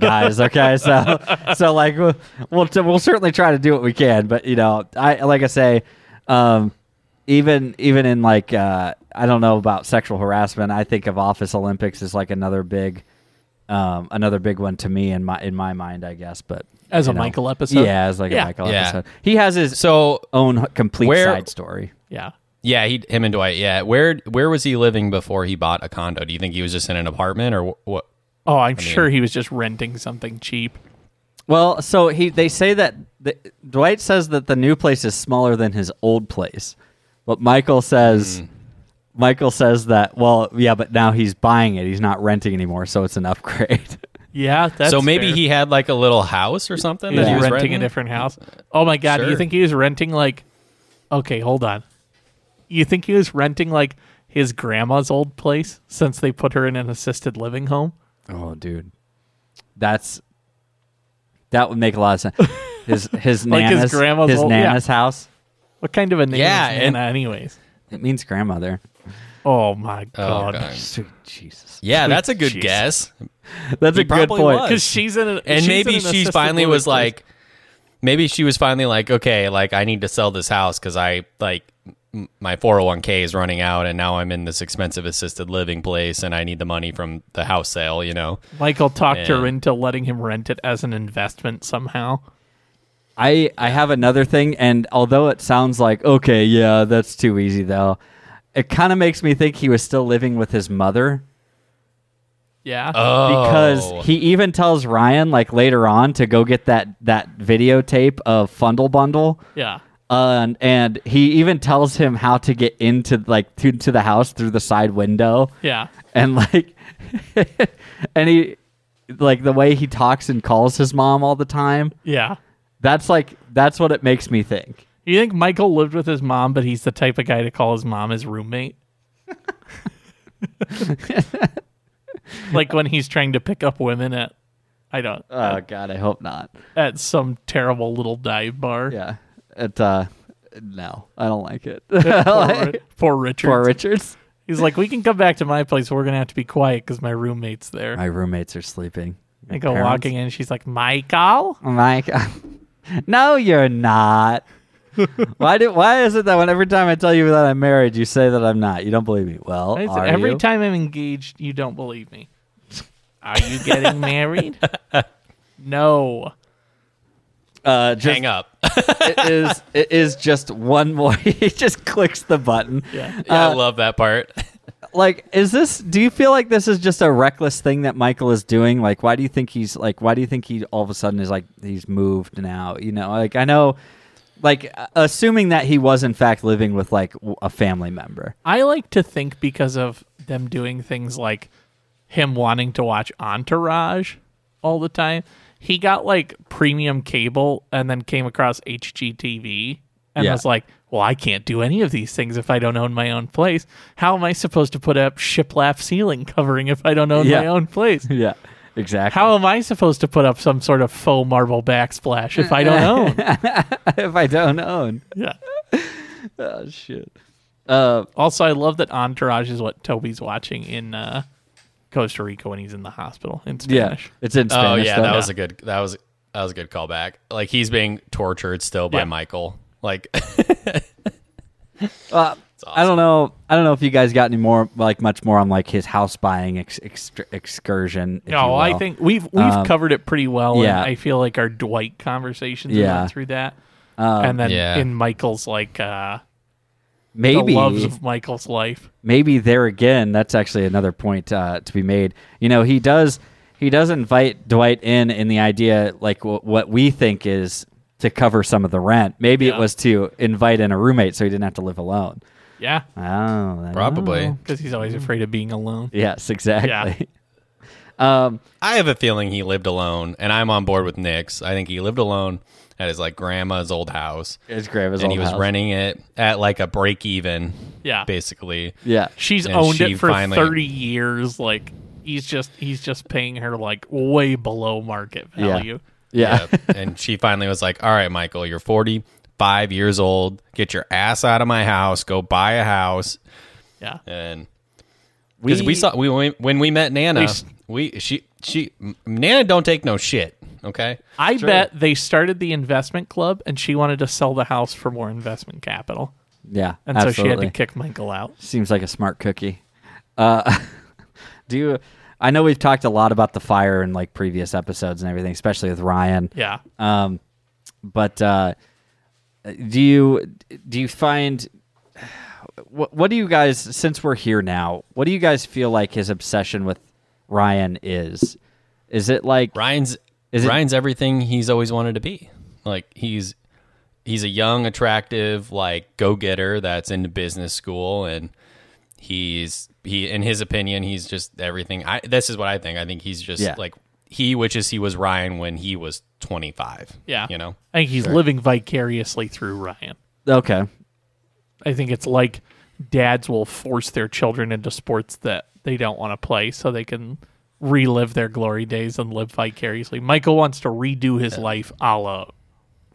D: guys. Okay, so so like we'll we'll, t- we'll certainly try to do what we can, but you know, I like I say, um, even even in like uh, I don't know about sexual harassment. I think of Office Olympics as like another big. Um, another big one to me in my in my mind, I guess, but
B: As
D: you
B: a Michael episode?
D: yeah, as like a
B: Yeah.
D: Michael
C: Yeah.
D: episode. He has his
C: So
D: own h- complete
C: Where-
D: side story.
B: Yeah.
C: yeah, he, him and Dwight. Yeah, where where was he living before he bought a condo? Do you think he was just in an apartment or wh- what?
B: Oh, I'm sure he was just renting something cheap.
D: Well, so he they say that the, Dwight says that the new place is smaller than his old place, but Michael says Michael says that well, yeah, but now he's buying it. He's not renting anymore, so it's an upgrade.
B: Yeah. That's
C: so maybe
B: fair.
C: he had like a little house or something.
B: He
C: that
B: was
C: he was
B: renting a
C: renting?
B: different house. Oh my god, do you
C: Sure.
B: think he was renting like? Okay, hold on. You think he was renting like his grandma's old place since they put her in an assisted living home?
D: oh, dude, that's that would make a lot of sense. His his
B: Like his
D: nana's
B: grandma's old- yeah.
D: nana's house.
B: What kind of a name?
C: Yeah,
B: is
C: and-
B: Nana anyways.
D: It means grandmother.
B: Oh my god.
C: God.
D: Sweet Jesus,
C: Yeah, that's a good
B: Jesus.
C: guess.
D: that's
C: He
D: a good
C: probably
D: point.
C: was.
B: because she's in an,
C: and
B: she's in
C: maybe
B: an
C: she
B: assisted
C: finally
B: living
C: was
B: place.
C: like maybe she was finally like okay like i need to sell this house because i like m- my 401k is running out and now i'm in this expensive assisted living place and i need the money from the house sale you know
B: Michael talked her
C: Yeah.
B: into letting him rent it as an investment somehow.
D: I I have another thing, and although it sounds like okay, yeah, that's too easy though, it kind of makes me think he was still living with his mother
B: Yeah.
C: oh
D: because he even tells Ryan like later on to go get that that videotape of Fundle Bundle.
B: yeah.
D: And and he even tells him how to get into like to, to the house through the side window
B: Yeah.
D: and like and he like the way he talks and calls his mom all the time
B: Yeah.
D: that's like that's what it makes me think
B: You think Michael lived with his mom, but he's the type of guy to call his mom his roommate? like when he's trying to pick up women at I don't
D: oh god i hope not
B: at some terrible little dive bar.
D: Yeah. It uh no, I don't like it.
B: Poor, Ri- poor Richard.
D: Poor Richards.
B: He's like, we can come back to my place. but We're gonna have to be quiet because my roommate's there.
D: My roommates are sleeping.
B: I go walking in. She's like, Michael.
D: Mike. no, you're not. why do why is it that when every time I tell you that I'm married, you say that I'm not? You don't believe me. Well,
B: I said,
D: are
B: every
D: you?
B: time I'm engaged, you don't believe me. Are you getting married? No.
D: uh just,
C: hang up
D: it is it is just one more he just clicks the button. Uh,
B: Yeah.
C: yeah, i love that part
D: Like is this do you feel like this is just a reckless thing that Michael is doing? Like why do you think he's like why do you think he all of a sudden is like he's moved now, you know? Like I know like uh, assuming that he was in fact living with like w- a family member.
B: I like to think because of them doing things like him wanting to watch Entourage all the time. He got like premium cable and then came across HGTV and
D: Yeah.
B: was like, well, I can't do any of these things if I don't own my own place. How am I supposed to put up shiplap ceiling covering if I don't own
D: Yeah.
B: my own place?
D: yeah. Exactly.
B: How am I supposed to put up some sort of faux marble backsplash if I don't
D: Mm.
B: own?
D: if I don't own.
B: yeah.
D: Oh shit. Uh,
B: Also, I love that Entourage is what Toby's watching in uh, Costa Rica when he's in the hospital in
D: yeah,
B: Spanish.
D: it's in
C: Oh
D: Spanish.
C: yeah,
D: though.
C: that was a good that was that was a good callback. Like he's being tortured still by
B: Yeah.
C: Michael. Like
D: Uh, I
C: awesome.
D: don't know. I don't know if you guys got any more, like much more on like his house buying ex- ex- excursion. if you
B: No, Oh, I
D: will.
B: think we've we've
D: Um,
B: covered it pretty well.
D: yeah.
B: Yeah. I feel like our Dwight conversations have
D: Yeah.
B: went through that.
D: Um,
B: and then
C: Yeah.
B: in Michael's like uh
D: maybe
B: the loves of Michael's life.
D: maybe there again that's actually another point uh, to be made you know he does he does invite dwight in in the idea like w- what we think is to cover some of the rent maybe it
B: Yeah.
D: was to invite in a roommate so he didn't have to live alone
B: Yeah.
D: oh I don't
C: probably.
D: know.
B: Because he's always afraid of being alone.
D: yes exactly um
C: I have a feeling he lived alone, and I'm on board with Nick's. I think he lived alone at his like grandma's old house,
D: his grave is
C: and he
D: old
C: was
D: house.
C: renting it at like a break even,
B: Yeah.
C: basically.
D: yeah
B: She's
C: And
B: owned
C: she
B: it for
C: finally-
B: thirty years, like he's just he's just paying her like way below market
D: Yeah.
B: value.
D: yeah
C: Yep. and she finally was like, "All right, Michael, you're 45 years old. Get your ass out of my house. Go buy a house."
B: Yeah.
C: And because we,
D: We-
C: saw we when we- when we met Nana,
B: We
C: we,
B: s-
C: she she M- Nana don't take no shit. Okay,
B: I bet they started the investment club and she wanted to sell the house for more investment capital.
D: yeah
B: And so she
D: absolutely.
B: had to kick Michael out.
D: Seems like a smart cookie. Uh, do you? I know we've talked a lot about the fire in like previous episodes and everything, especially with Ryan.
B: Yeah.
C: Uh,
D: Um, but uh, do you do you find what what do you guys since we're here now? What do you guys feel like his obsession with Ryan is? Is it like
C: Ryan's
D: Is it-
C: Ryan's everything he's always wanted to be. Like he's he's a young, attractive, like go getter that's into business school, and he's he in his opinion he's just everything. I this is what I think. I think he's just
D: Yeah.
C: like he wishes he was Ryan when he was 25.
B: Yeah.
C: you know.
B: I think he's living vicariously through Ryan.
D: okay?
B: I think it's like dads will force their children into sports that they don't want to play so they can relive their glory days and live vicariously. Michael wants to redo his life a la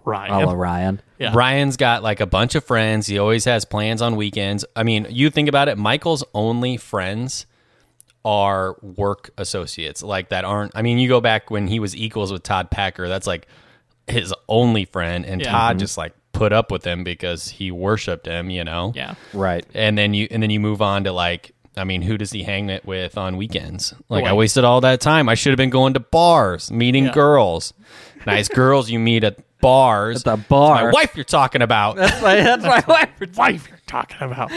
B: Ryan.
D: All Ryan.
B: Yeah.
C: Ryan's got like a bunch of friends. He always has plans on weekends. I mean, you think about it, Michael's only friends are work associates, like that aren't. I mean, you go back when he was equals with Todd Packer, that's like his only friend. And
B: Yeah.
C: Todd just like put up with him because he worshiped him, you know?
B: Yeah.
D: Right.
C: And then you, and then you move on to like, I mean, who does he hang it with on weekends? Like, I
B: Boy.
C: wasted all that time. I should have been going to bars, meeting girls. Nice girls you meet at bars.
D: At the bar.
C: It's my wife you're talking about.
D: That's my wife.
B: Wife you're talking about.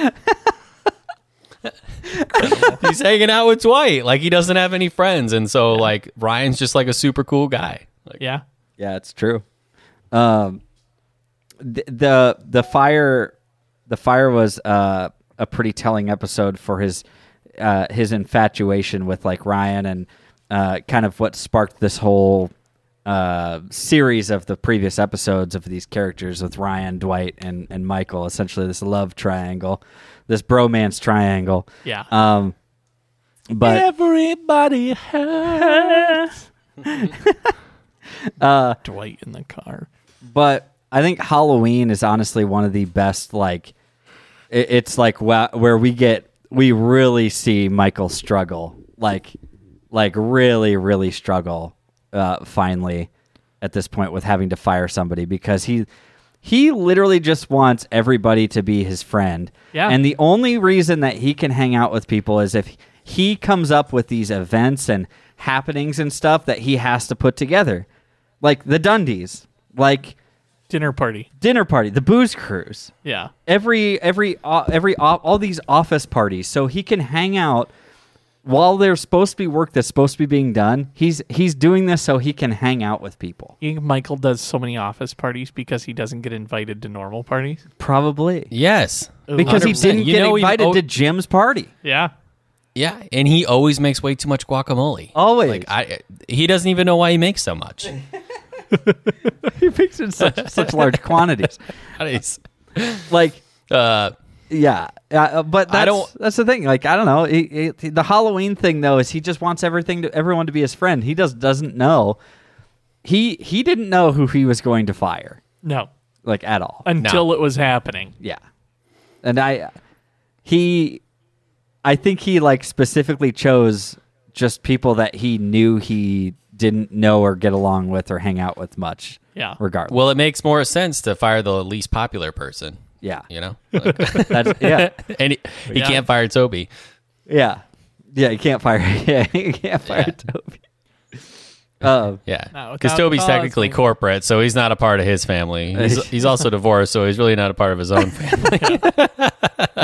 C: he's hanging out with Dwight. Like he doesn't have any friends, and so like Ryan's just like a super cool guy. Like,
B: Yeah.
D: Yeah, it's true. Um, the, the the fire the fire was uh, a pretty telling episode for his uh, his infatuation with like Ryan and uh, kind of what sparked this whole uh, series of the previous episodes of these characters with Ryan, Dwight, and and Michael. Essentially, this love triangle, this bromance triangle.
B: Yeah.
D: Um, but
B: Everybody has
D: uh,
B: Dwight in the car.
D: but I think Halloween is honestly one of the best. Like, it, it's like wha- where we get we really see Michael struggle, like, like really, really struggle. Uh, finally, at this point, with having to fire somebody because he he literally just wants everybody to be his friend.
B: Yeah.
D: and the only reason that he can hang out with people is if he comes up with these events and happenings and stuff that he has to put together like the Dundies, like
B: Dinner party.
D: dinner party, the booze cruise,
B: Yeah.
D: every every uh, every uh, all these office parties, so he can hang out while there's supposed to be work that's supposed to be being done. He's he's doing this so he can hang out with people.
B: You think Michael does so many office parties because he doesn't get invited to normal parties?
D: Probably
C: yes,
D: because he
C: 100%.
D: didn't
C: You
D: get
C: know he-
D: invited
C: oh-
D: to Jim's party.
B: Yeah.
C: yeah, and he always makes way too much guacamole.
D: Always.
C: like I, he doesn't even know why he makes so much.
D: He picks in such such large quantities.
C: That is,
D: Like
C: uh,
D: Yeah, uh, but that's,
C: I don't-
D: That's the thing. Like I don't know. He, he, the Halloween thing though is he just wants everything to everyone to be his friend. He just doesn't know. He he didn't know who he was going to fire
B: No,
D: like at all.
B: until it was happening.
D: Yeah. And I he I think he like specifically chose just people that he knew he didn't know or get along with or hang out with much.
B: Yeah.
D: Regardless.
C: Well, it makes more sense to fire the least popular person.
D: yeah.
C: You know, Like,
D: That's yeah.
C: and he, he
B: Yeah.
C: can't fire Toby.
D: Yeah. Yeah, you can't fire yeah, you can't fire
C: Yeah.
D: Toby. Um,
C: Yeah,
B: Not
C: because
B: without
C: Toby's
B: cause,
C: technically
B: maybe.
C: corporate, so he's not a part of his family. He's, he's also divorced, so he's really not a part of his own family.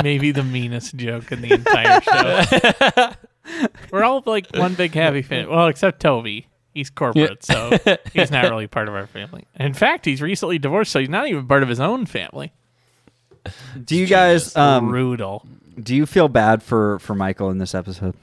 B: Maybe the meanest joke in the entire show. We're all like one big happy family. Well, except Toby. He's corporate, so he's not really part of our family. In fact, he's recently divorced, so he's not even part of his own family.
D: do you guys um,
B: Brutal.
D: do you feel bad for for Michael in this episode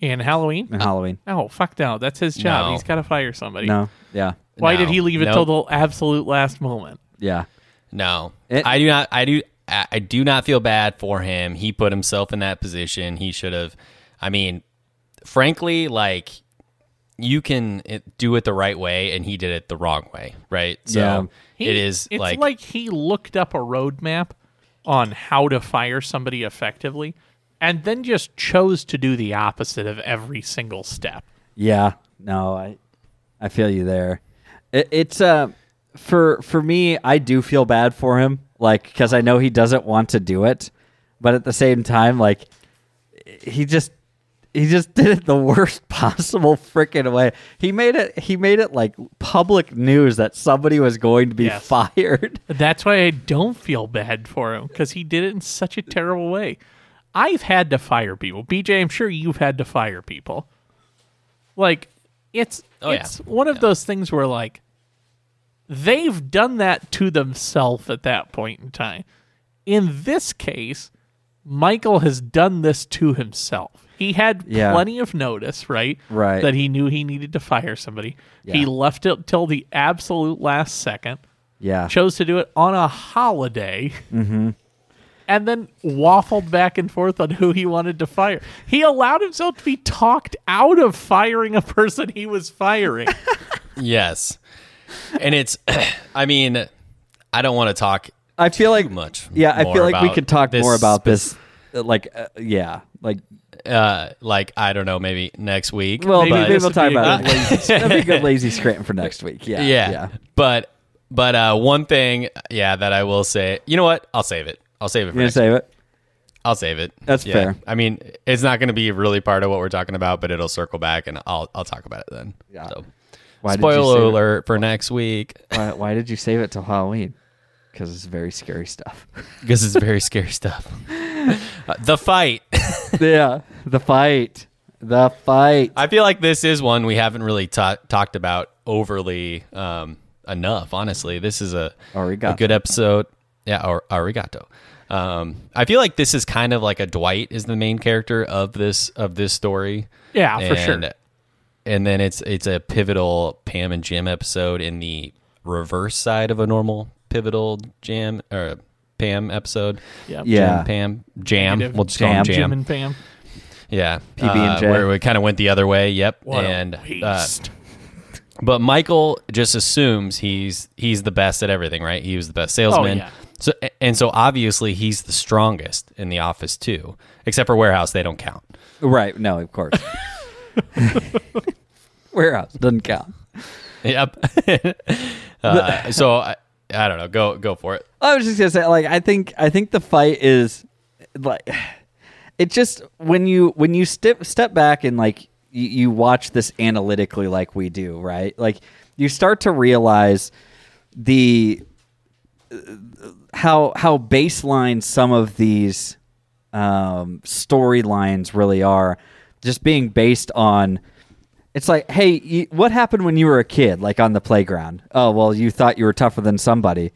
B: And Halloween?
D: in Halloween?
B: No, fuck no. That's his job.
C: No.
B: He's got to fire somebody.
D: No. Yeah.
B: Why did
C: No.
B: he leave it
C: Nope.
B: till the absolute last moment?
D: Yeah.
C: No,
D: It-
C: I do not. I do. I I do not feel bad for him. He put himself in that position. He should have. I mean, frankly, like you can eh, do it the right way, and he did it the wrong way, right? So
D: Yeah.
B: He-
C: it is
B: It's
C: like,
B: like, he looked up a roadmap on how to fire somebody effectively, and then just chose to do the opposite of every single step.
D: Yeah. No, I I feel you there. It, it's uh for for me, I do feel bad for him, like because I know he doesn't want to do it, but at the same time, like he just he just did it the worst possible freaking way. He made it he made it like public news that somebody was going to be
B: Yes.
D: fired.
B: That's why I don't feel bad for him because he did it in such a terrible way. I've had to fire people. BJ, I'm sure you've had to fire people. Like, it's
C: Oh, yeah.
B: it's one of those things where like they've done that to themselves at that point in time. In this case, Michael has done this to himself. He had
D: Yeah.
B: plenty of notice, right?
D: Right.
B: That he knew he needed to fire somebody. He
D: Yeah.
B: left it till the absolute last second
D: Yeah.
B: chose to do it on a holiday Mm-hmm. and then waffled back and forth on who he wanted to fire. He allowed himself to be talked out of firing a person he was firing.
C: yes, and it's. I mean, I don't want to talk
D: I feel like
C: much.
D: Yeah, I
C: more
D: feel like we
C: about
D: could talk
C: this
D: more about this. uh, Like, uh, yeah, like
C: uh, like I don't know, maybe next week.
D: well,
B: Maybe
D: maybe,
B: this
D: we'll
B: would
D: talk
B: be a
D: about it.
B: good
D: Lazy, that'd be a good lazy scranton for next week. Yeah,
C: yeah.
D: yeah.
C: But but uh, one thing, yeah, that I will say. You know what? I'll save it. I'll save it. For
D: You're gonna
C: next
D: save it?
C: I'll save it.
D: That's
C: Yeah.
D: fair.
C: I mean, it's not going to be really part of what we're talking about, but it'll circle back, and I'll I'll talk about it then.
D: Yeah.
C: So,
D: Why
C: spoiler
D: did you save
C: alert for next week
D: It? Why, why did you save it till Halloween? Because it's very scary stuff.
C: because it's very scary stuff. Uh, the fight.
D: yeah, the fight, the fight.
C: I feel like this is one we haven't really ta- talked about overly um, enough. Honestly, this is a
D: Arigato.
C: a good episode. Yeah, or arigato. Um, I feel like this is kind of like a Dwight is the main character of this of this story.
B: Yeah, for sure.
C: And- And then it's it's a pivotal Pam and Jim episode in the reverse side of a normal pivotal Jam or Pam episode.
B: Yep.
D: Yeah.
C: Jim, Pam, Jam.
B: Negative.
C: We'll just call 'em
D: Jam.
C: Jam.
B: Jim and Pam.
C: Yeah,
D: PB&J.
C: uh, where it kind of went the other way. Yep,
B: What
C: and
B: a
C: uh,
B: waste.
C: but Michael just assumes he's he's the best at everything, right? He was the best salesman.
B: Oh, yeah.
C: So and so obviously he's the strongest in the office too, except for warehouse. They don't count.
D: Right? No, of course. Warehouse doesn't count.
C: Yep. uh, so I, I don't know. Go go for it.
D: I was just gonna say, like, I think I think the fight is like it just when you when you step step back and like you, you watch this analytically, like we do, right? Like you start to realize the how how baseline some of these um, storylines really are, just being based on. It's like, hey, you, what happened when you were a kid, like on the playground? Oh, well, you thought you were tougher than somebody,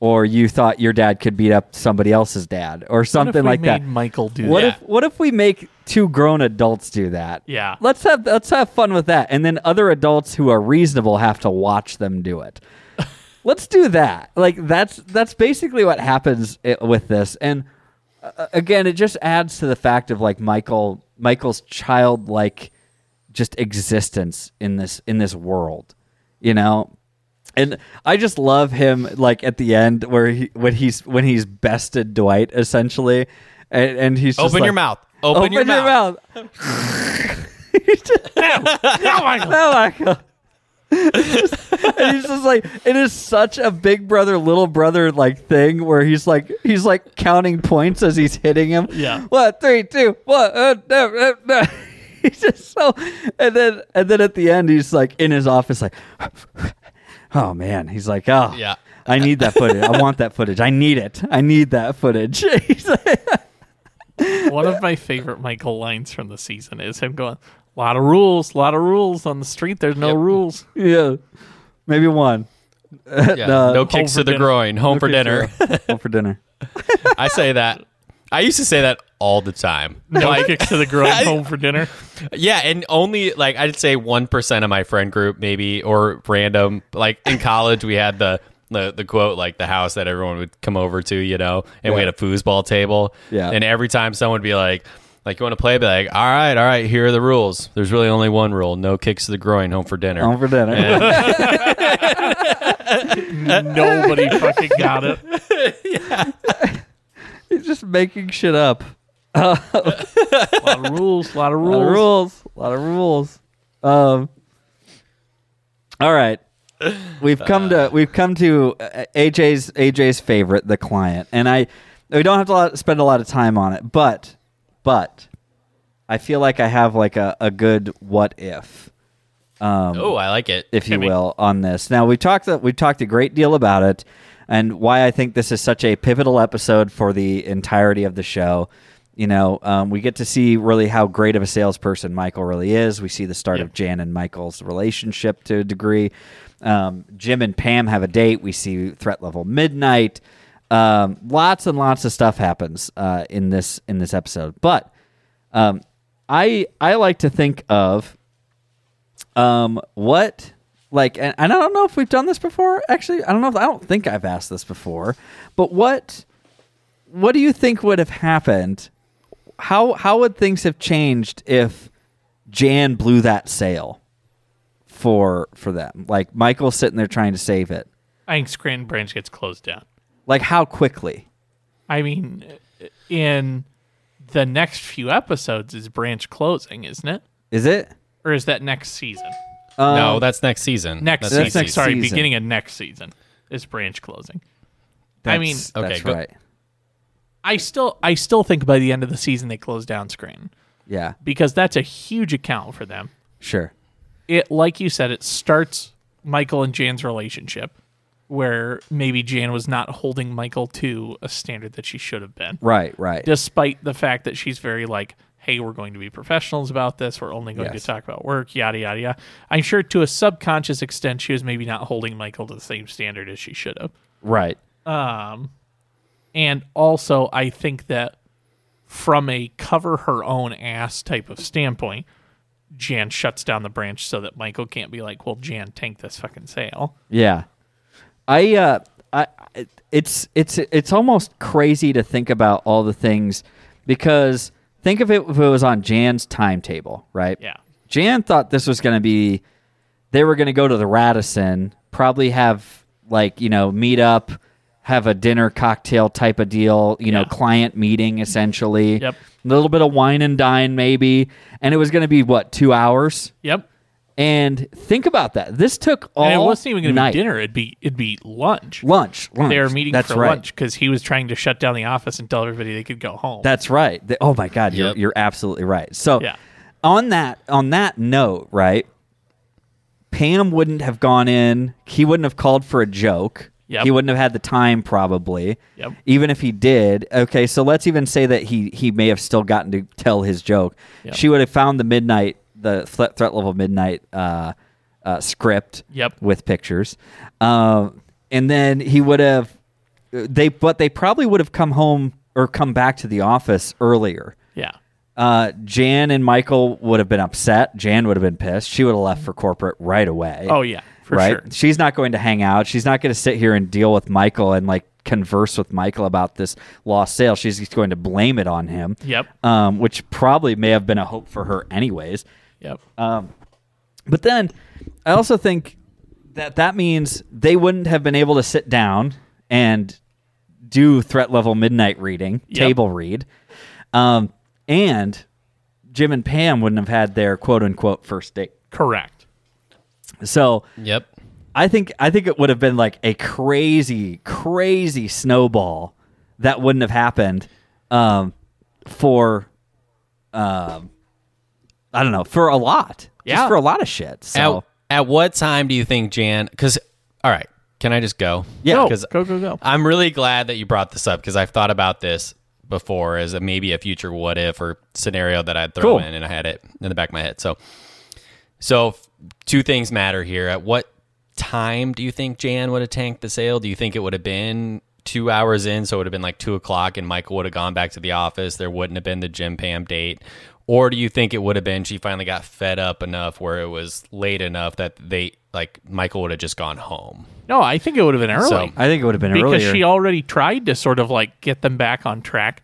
D: or you thought your dad could beat up somebody else's dad, or
B: What if
D: something
B: we
D: like that.
B: made Michael do
D: What
B: that?
D: if what if we make two grown adults do that?
B: Yeah.
D: Let's have let's have fun with that. And then other adults who are reasonable have to watch them do it. let's do that. Like that's that's basically what happens i- with this. And uh, again, it just adds to the fact of like Michael Michael's childlike just existence in this in this world, you know. And I just love him like at the end where he when he's when he's bested Dwight essentially, and, and he's just
C: Open
D: like,
C: your mouth. Open,
D: open your mouth.
B: No, Michael.
C: Oh
D: No, Michael. and he's just like it is such a big brother little brother like thing where he's like he's like counting points as he's hitting him
B: Yeah.
D: one three two one uh, no, no, no. he's just so and then and then at the end he's like in his office like oh man he's like oh
C: Yeah.
D: i need that footage i want that footage i need it i need that footage He's like-
B: One of my favorite Michael lines from the season is him going, "A lot of rules, a lot of rules on the street. There's no
C: Yep.
B: rules."
D: yeah maybe one
C: Yeah.
D: No.
C: no
B: Home
C: kicks
B: for
C: to the
B: dinner.
C: groin. Home for dinner.
D: One for dinner
C: I say that. I used to say that all the time.
B: No kicks to the groin. Home for dinner.
C: Yeah, and only like I'd say one percent of my friend group, maybe or random. Like in college, we had the, the the quote like the house that everyone would come over to, you know, and we
D: Yeah.
C: had a foosball table.
D: Yeah.
C: and every time someone would be like, like you want to play, I'd be like, all right, all right, here are the rules. There's really only one rule: no kicks to the groin, home for dinner.
D: one for dinner
B: Nobody fucking got it.
D: He's just making shit up.
B: A lot of rules. A lot of
D: A lot of
B: rules.
D: rules. A lot of rules. Um. All right, we've come to we've come to uh, AJ's AJ's favorite, the client, and I we don't have to lot, spend a lot of time on it, but but I feel like I have like a, a good what if. Um,
C: Oh, I like it.
D: if you
B: Timmy.
D: will, on this. Now we talked that we talked a great deal about it, and why I think this is such a pivotal episode for the entirety of the show. You know, um, we get to see really how great of a salesperson Michael really is. We see the start of Jan and Michael's relationship to a degree. Um, Jim and Pam have a date. We see threat level midnight. Um, lots and lots of stuff happens uh, in this in this episode. But um, I I like to think of um, what like, and, and I don't know if we've done this before. Actually, I don't know. If, I don't think I've asked this before. But what what do you think would have happened? How how would things have changed if Jan blew that sale for for them? Like Michael's sitting there trying to save it.
B: I think Scranton Branch gets closed down.
D: Like how quickly?
B: I mean, in the next few episodes is Branch closing, isn't it?
D: Is it?
B: Or is that next season?
D: um,
C: no, that's next season.
B: Next
C: That's
B: season.
D: next season.
B: Sorry,
D: season.
B: beginning of next season is Branch closing. I mean-
D: That's-
C: Okay,
D: that's
C: go-
D: right.
B: I still, I still think by the end of the season they close down Scranton
D: Yeah,
B: because that's a huge account for them.
D: sure.
B: it like you said it starts michael and jan's relationship where maybe jan was not holding michael to a standard that she should have been
D: Right, right.
B: despite the fact that she's very like hey we're going to be professionals about this we're only going
D: Yes.
B: to talk about work yada yada yada i'm sure to a subconscious extent she was maybe not holding michael to the same standard as she should have Um,
D: right.
B: and also, I think that from a cover her own ass type of standpoint, Jan shuts down the branch so that Michael can't be like, well, Jan, tank this fucking sale.
D: Yeah, I, uh, I, I- it's it's it's almost crazy to think about all the things because think of it if it was on Jan's timetable, right?
B: Yeah.
D: Jan thought this was going to be they were going to go to the Radisson, probably have like you know meet up, have a dinner cocktail type of deal, you know,
B: Yeah.
D: client meeting essentially.
B: Yep.
D: A little bit of wine and dine maybe, and it was going to be what two hours.
B: Yep.
D: And think about that. This took all
B: And it wasn't even going to
D: night.
B: be dinner. It'd be it'd be lunch.
D: Lunch. lunch.
B: They were meeting
D: That's
B: for
D: right.
B: lunch because he was trying to shut down the office and tell everybody they could go home.
D: That's right. The- oh my God, you're,
C: Yep.
D: you're absolutely right. So,
B: Yeah.
D: on that on that note, right? Pam wouldn't have gone in. He wouldn't have called for a joke.
B: Yep.
D: He wouldn't have had the time, probably.
B: Yep.
D: Even if he did, okay. So let's even say that he he may have still gotten to tell his joke.
B: Yep.
D: She would have found the midnight, the threat, threat level midnight uh, uh, script.
B: Yep.
D: With pictures, um, and then he would have they, but they probably would have come home or come back to the office earlier
B: yeah.
D: uh, Jan and Michael would have been upset. Jan would have been pissed. She would have left for corporate right away.
B: Oh yeah. For
D: right.
B: sure.
D: She's not going to hang out. She's not going to sit here and deal with Michael and like converse with Michael about this lost sale. She's just going to blame it on him.
B: Yep.
D: Um, which probably may have been a hope for her, anyways.
B: Yep.
D: But then I also think that that means they wouldn't have been able to sit down and do threat level midnight reading,
B: Yep.
D: table read. Um, and Jim and Pam wouldn't have had their quote unquote first date.
B: Correct.
D: So
C: Yep.
D: I think I think it would have been like a crazy, crazy snowball that wouldn't have happened um, for um, I don't know, for a lot. Just
B: Yeah.
D: for a lot of shit. So
C: At, at what time do you think Jan? Because all right, can I just go?
D: Yeah.
B: Go.
C: because
B: Go, go, go.
C: I'm really glad that you brought this up because I've thought about this before as a, maybe a future what if or scenario that I'd throw
D: Cool.
C: in, and I had it in the back of my head. So, so f- two things matter here. At what time do you think Jan would have tanked the sale? Do you think it would have been? Two hours in, so it would have been like two o'clock, and Michael would have gone back to the office. There wouldn't have been the Jim Pam date, or do you think it would have been she finally got fed up enough where it was late enough that they like Michael would have just gone home?
B: No, I think it would have been early.
C: So-
D: I think it would have been
B: because
D: earlier.
B: she already tried to sort of like get them back on track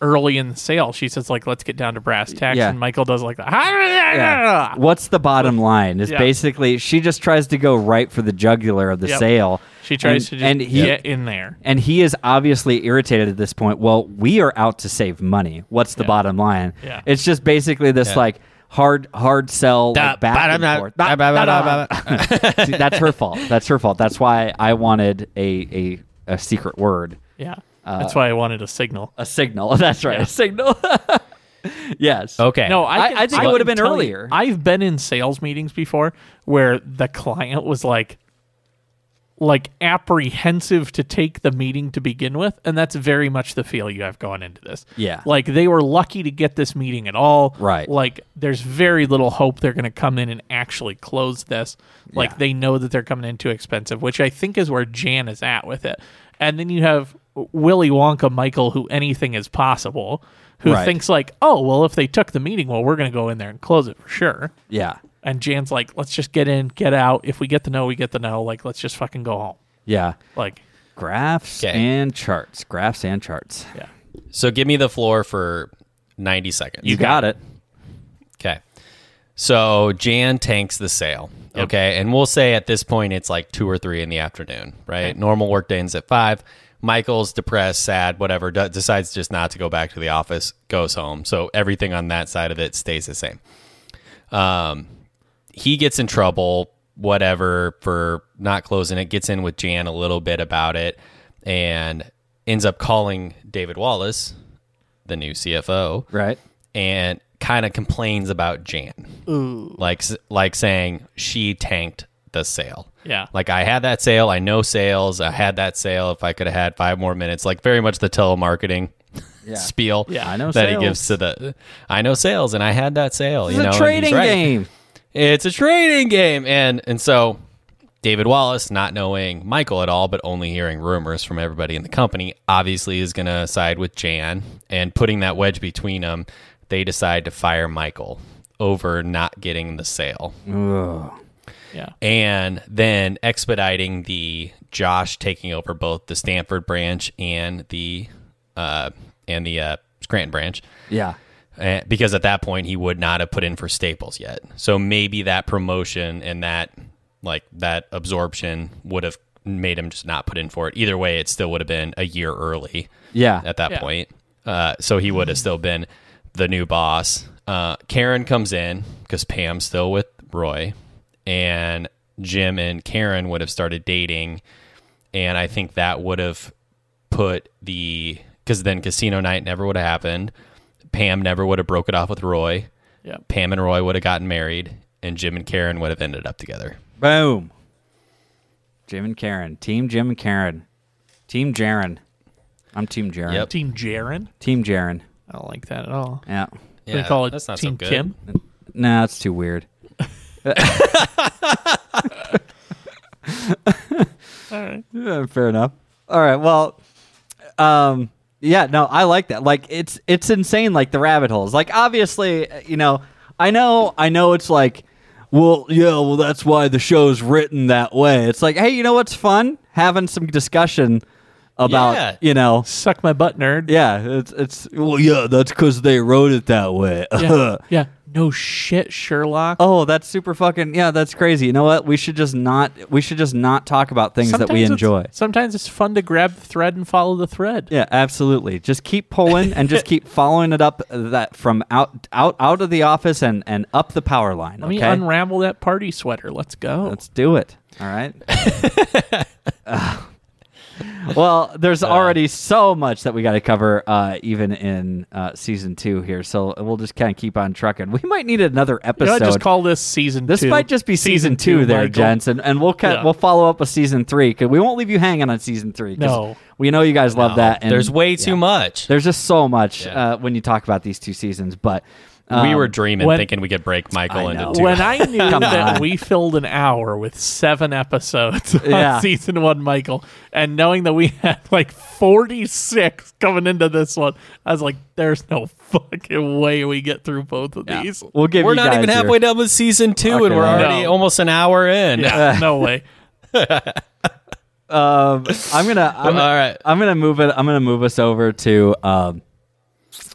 B: early in the sale. She says like, "Let's get down to brass tacks,"
D: Yeah.
B: and Michael does like, the,
D: Yeah. What's the bottom line? Is
B: Yeah.
D: basically she just tries to go right for the jugular of the
B: Yep.
D: sale.
B: She tries
D: and,
B: to just
D: and he
B: get in there.
D: and he is obviously irritated at this point. Well, we are out to save money. What's the bottom line?
B: Yeah.
D: It's just basically this
C: Yeah.
D: like hard hard sell like, back and forth. Da- da- da- See, that's her fault. That's her fault. That's why I wanted a a, a secret word.
B: Yeah,
D: Uh,
B: that's why I wanted a signal.
D: A signal. That's right. A signal. yes.
C: Okay.
B: No, I,
D: I-
B: can-
D: I think it
B: can
D: would've been
B: tell you,
D: earlier.
B: I've been in sales meetings before where the client was like, like apprehensive to take the meeting to begin with, and that's very much the feel you have going into this.
D: Yeah.
B: like they were lucky to get this meeting at all.
D: Right.
B: like there's very little hope they're going to come in and actually close this. Like
D: Yeah.
B: they know that they're coming in too expensive, which I think is where Jan is at with it. And then you have Willy Wonka Michael, who anything is possible, who
D: Right.
B: thinks like, oh, well, if they took the meeting, well, we're going to go in there and close it for sure.
D: Yeah.
B: And Jan's like, let's just get in, get out. If we get the no, we get the no. Like, let's just fucking go home.
D: Yeah.
B: Like,
D: Graphs
C: Okay.
D: and charts. Graphs and charts.
B: yeah.
C: So give me the floor for 90 seconds.
D: You got it.
C: okay. So Jan tanks the sale. Okay. And we'll say at this point it's like two or three in the afternoon, right? Normal work day ends at five. Michael's depressed, sad, whatever, d- decides just not to go back to the office, goes home. So everything on that side of it stays the same. Um, he gets in trouble, whatever, for not closing it, gets in with Jan a little bit about it, and ends up calling David Wallace, the new CFO,
D: Right.
C: and kind of complains about Jan. Like like saying she tanked the sale.
B: Yeah.
C: Like I had that sale, I know sales, I had that sale if I could have had 5 more minutes. Like very much the telemarketing
D: Yeah.
C: spiel
B: Yeah.
D: I know
C: that
D: sales.
C: he gives to the I know sales and I had that sale,
D: It's
C: you know.
D: a
C: and he's
D: trading
C: right.
D: game.
C: It's a trading game and and so David Wallace, not knowing Michael at all, but only hearing rumors from everybody in the company, obviously is going to side with Jan. And putting that wedge between them, they decide to fire Michael over not getting the sale
B: Yeah.
C: and then expediting the Josh taking over both the Stanford branch and the uh, and the uh, Scranton branch.
D: Yeah.
C: Uh, because at that point he would not have put in for Staples yet. So maybe that promotion and that like that absorption would have made him just not put in for it. Either way, it still would have been a year early
D: Yeah.
C: at that
B: Yeah.
C: point. Uh, so he
D: Hmm.
C: would have still been the new boss. Uh, Karen comes in because Pam's still with Roy, and Jim and Karen would have started dating, and I think that would have put the because then Casino Night never would have happened. Pam never would have broke it off with Roy.
B: Yeah.
C: Pam and Roy would have gotten married, and Jim and Karen would have ended up together.
D: Boom. Jim and Karen. Team Jim and Karen. Team Jaren. I'm Team Jaren.
C: Yep.
B: Team Jaren.
D: Team Jaren.
B: I don't like that at all.
D: Yeah.
B: They call it Team Kim.
D: Nah, that's too weird.
B: All right.
D: Yeah, fair enough. All right. Well, um, yeah, no, I like that. Like it's it's insane. Like the rabbit holes. Like obviously, uh, you know, I know, I know. It's like, well, yeah, well, that's why the show's written that way. It's like, hey, you know what's fun? Having some discussion about
C: Yeah.
D: you know
B: Suck my butt, nerd.
D: yeah it's it's well yeah that's because they wrote it that way
B: Yeah. yeah. No shit, Sherlock.
D: oh that's super fucking yeah that's crazy you know what we should just not we should just not talk about things that we
B: it's-
D: enjoy
B: sometimes it's fun to grab the thread and follow the thread.
D: yeah absolutely just keep pulling and just keep following it up uh, that from out out out of the office and and up the power line
B: Let
D: okay
B: me unravel that party sweater. Let's go.
D: Let's do it. All right. Ah. well, there's
B: Uh.
D: already so much that we got to cover, uh, even in uh, season two here. So we'll just kind of keep on trucking. We might need another
B: you know,
D: episode.
B: I just call this season
D: this
B: two.
D: might just be season, two, there,
B: Michael.
D: gents, and, and we'll cut,
B: Yeah.
D: we'll follow up with season three because we won't leave you hanging on season three. 'cause
B: No.
D: we know you guys love that. And
C: Oh, There's way too much.
D: There's just so much
C: Yeah.
D: uh, when you talk about these two seasons, but
C: we
D: um,
C: were dreaming,
B: when-
C: thinking we could break Michael
D: I know.
C: into two.
B: When I knew
D: Come
B: that
D: on.
B: we filled an hour with seven episodes on
D: Yeah.
B: season one, Michael, and knowing that we had like 46 coming into this one, I was like, there's no fucking way we get through both of these.
D: we'll give
C: we're
D: you
C: not
D: guys
C: even
D: your-
C: halfway done with season two,
D: Fucking
C: and we're
B: hell.
C: already
B: No.
C: almost an hour in.
B: Yeah, no way.
D: Um, I'm gonna. I'm,
C: All right.
D: I'm gonna move it. I'm gonna move us over to. Um,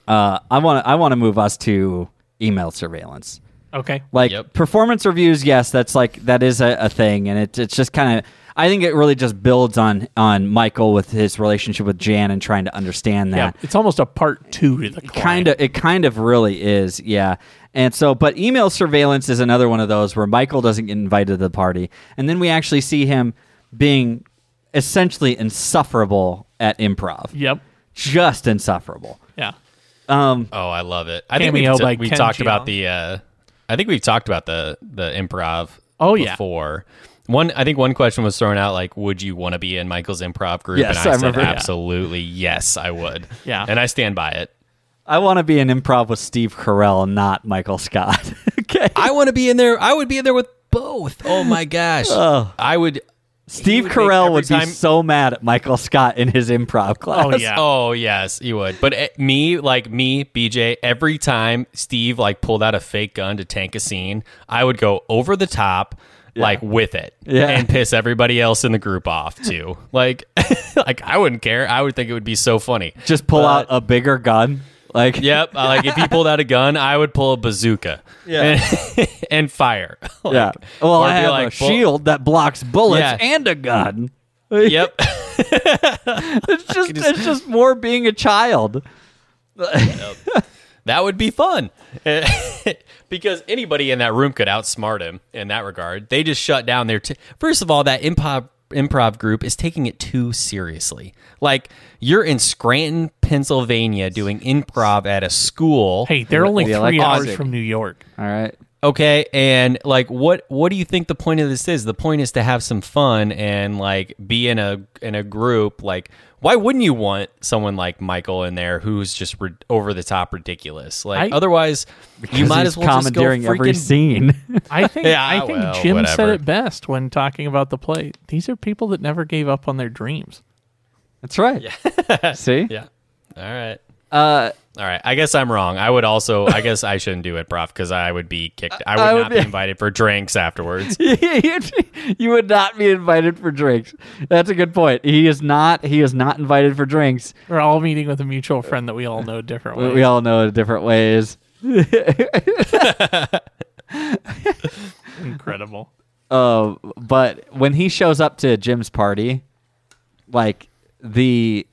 D: uh, I want. I want to move us to email surveillance.
B: Okay.
D: Like
C: Yep.
D: performance reviews, yes, that's like that is a, a thing, and it, it's just kind of. I think it really just builds on on Michael with his relationship with Jan and trying to understand
B: Yeah,
D: that.
B: it's almost a part two to the
D: Kind of, it kind of really is, yeah. And so, but email surveillance is another one of those where Michael doesn't get invited to the party, and then we actually see him being essentially insufferable at improv,
B: Yep.
D: just insufferable.
B: Yeah.
D: Um,
C: Oh, I love it. I
B: Cameo
C: think
B: by
C: we've, we
B: Ken
C: talked
B: Jeong.
C: about the. Uh, I think we've talked about the the improv.
B: Oh, yeah.
C: before. One, I think one question was thrown out like, "Would you want to be in Michael's improv group?" and
D: Yes,
C: I,
D: I
C: said,
D: remember, yeah.
C: "Absolutely, yes, I would."
B: Yeah.
C: and I stand by it.
D: I want to be in improv with Steve Carell, not Michael Scott. okay,
C: I want to be in there. I would be in there with both. Oh my gosh, I would.
D: Steve
C: would make
D: Carell
C: every
D: would be
C: time-
D: so mad at Michael Scott in his improv class.
B: Oh, yeah.
C: Oh yes, you would. But eh, me, like me, BJ, every time Steve like pulled out a fake gun to tank a scene, I would go over the top, like with it,
D: Yeah.
C: and piss everybody else in the group off too. Like, like I wouldn't care. I would think it would be so funny.
D: Just pull out a bigger gun, like
C: Yep. uh, Like if he pulled out a gun, I would pull a bazooka.
D: Yeah.
C: And, and fire. Like,
D: yeah. Well,
C: or
D: I
C: be
D: have a
C: like, "Well,
D: shield that blocks bullets
C: Yeah.
D: and a gun.
C: Yep.
D: it's just it's just more being a child.
C: that would be fun because anybody in that room could outsmart him in that regard they just shut down their t- first of all that improv improv group is taking it too seriously like you're in scranton pennsylvania doing improv at a school
B: Hey, they're only
D: the
B: three hours
D: electric-
B: from New York.
D: All right.
C: okay and like what what do you think the point of this is the point is to have some fun and like be in a in a group like why wouldn't you want someone like michael in there who's just ri over the top ridiculous like
B: I-
C: otherwise you might as well just go
D: commandeering every
C: freaking
D: scene.
B: I think
C: Yeah,
B: I think
C: well,
B: Jim said
C: whatever.
B: it best when talking about the play. These are people that never gave up on their dreams.
D: That's right. See?
C: yeah all right
D: Uh,
C: all right i guess i'm wrong i would also i guess i shouldn't do it prof because i would be kicked i would
D: I would
C: not
D: be-
C: be invited for drinks afterwards
D: You'd be- you would not be invited for drinks. That's a good point. He is not. He is not invited for drinks.
B: We're all meeting with a mutual friend that we all know different
D: We,
B: ways.
D: we all know it different ways.
B: Incredible.
D: Uh, but when he shows up to Jim's party, like the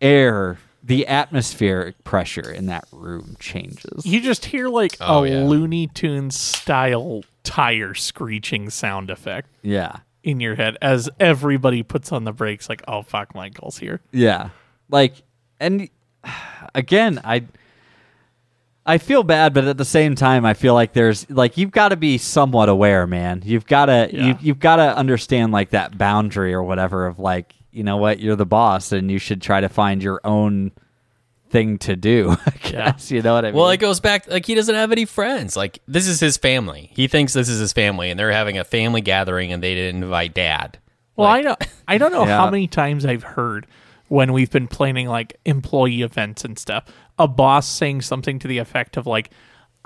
D: air, the atmospheric pressure in that room changes.
B: You just hear like
C: Oh,
B: a
C: yeah.
B: Looney Tunes style tire screeching sound effect
D: Yeah.
B: in your head as everybody puts on the brakes like, oh fuck, Michael's here.
D: Yeah. Like and again, I I feel bad, but at the same time I feel like there's like you've got to be somewhat aware, man. You've got to
B: Yeah.
D: you, you've got to understand like that boundary or whatever of like, you know what, you're the boss and you should try to find your own thing to do. I guess, you know what I mean?
C: Well, it goes back like he doesn't have any friends. Like this is his family. He thinks this is his family, and they're having a family gathering, and they didn't invite dad.
B: Well, I don't I don't know
D: Yeah.
B: how many times I've heard when we've been planning like employee events and stuff, a boss saying something to the effect of like,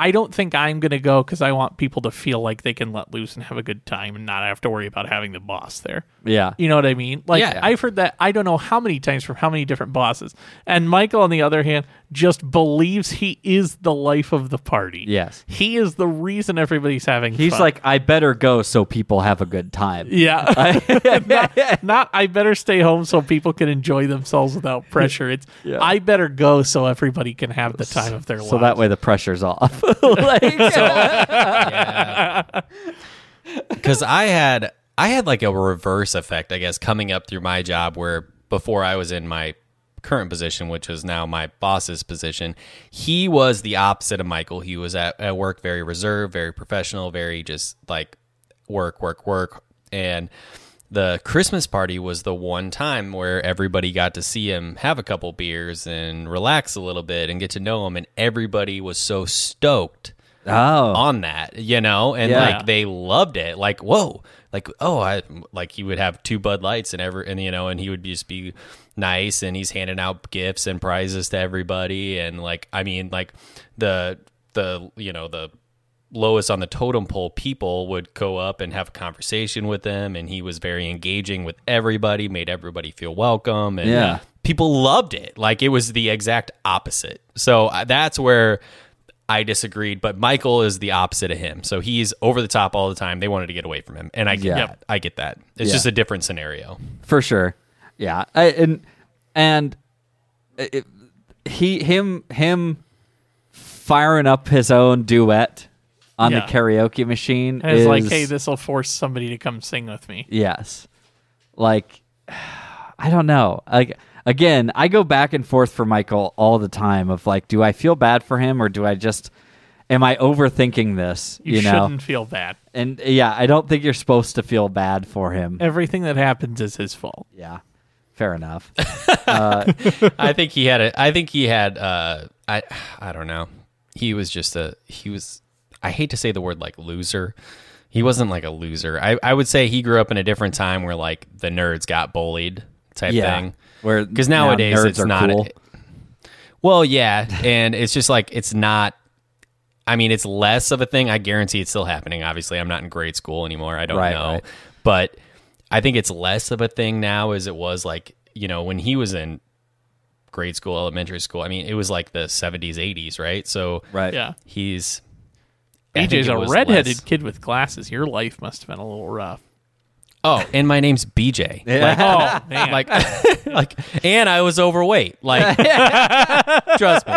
B: I don't think I'm going to go because I want people to feel like they can let loose and have a good time and not have to worry about having the boss there.
D: Yeah.
B: You know what I mean? Like
C: Yeah.
B: I've heard that I don't know how many times from how many different bosses. And Michael, on the other hand, just believes he is the life of the party.
D: Yes.
B: He is the reason everybody's having
D: He's
B: fun.
D: like, I better go so people have a good time.
B: Yeah. not, not, I better stay home so people can enjoy themselves without pressure. It's I better go so everybody can have the time of their life.
D: So that way the pressure's off. Like-
C: because I had I had like a reverse effect, I guess, coming up through my job where before I was in my current position, which is now my boss's position, he was the opposite of Michael. He was at, at work very reserved, very professional, very just like work, work, work. And the Christmas party was the one time where everybody got to see him have a couple beers and relax a little bit and get to know him. And everybody was so stoked
D: oh.
C: on that, you know, and
D: Yeah.
C: like they loved it. Like, whoa, like oh, I like he would have two Bud Lights and ever and you know, and he would just be nice and he's handing out gifts and prizes to everybody and like I mean like the the you know the lowest on the totem pole people would go up and have a conversation with them and he was very engaging with everybody made everybody feel welcome and
D: Yeah.
C: people loved it like it was the exact opposite so I- that's where I disagreed, but Michael is the opposite of him. So he's over the top all the time. They wanted to get away from him, and I get
D: Yeah.
C: that. I get that. It's
D: Yeah.
C: just a different scenario.
D: for sure yeah I, and and uh, it, he him him firing up his own duet on
B: Yeah.
D: the karaoke machine
B: and it's
D: is
B: like, hey, this will force somebody to come sing with me.
D: yes like i don't know like again i go back and forth for michael all the time of like do i feel bad for him or do i just am i overthinking this
B: You,
D: you, know
B: shouldn't feel bad.
D: and yeah i don't think you're supposed to feel bad for him
B: Everything that happens is his fault.
D: yeah fair enough
C: I think he had a. I think he had. Uh, I. I don't know. He was just a. He was. I hate to say the word like loser. He wasn't like a loser. I. I would say he grew up in a different time where like the nerds got bullied type
D: yeah
C: thing.
D: where
C: Because
D: now
C: nowadays
D: nerds
C: it's
D: are
C: not.
D: cool.
C: well, yeah, and it's just like it's not. I mean, it's less of a thing. I guarantee it's still happening. Obviously, I'm not in grade school anymore. I don't
D: Right,
C: know,
D: right.
C: but I think it's less of a thing now as it was like you know when he was in grade school, elementary school. I mean, it was like the 70s, 80s, right? So
D: right
B: Yeah.
C: he's I think
B: BJ's
C: it
B: a
C: was
B: redheaded
C: less-
B: kid with glasses. Your life must have been a little rough.
C: Oh, and my name's BJ. Like,
B: Oh man.
C: like like and I was overweight. Like trust me.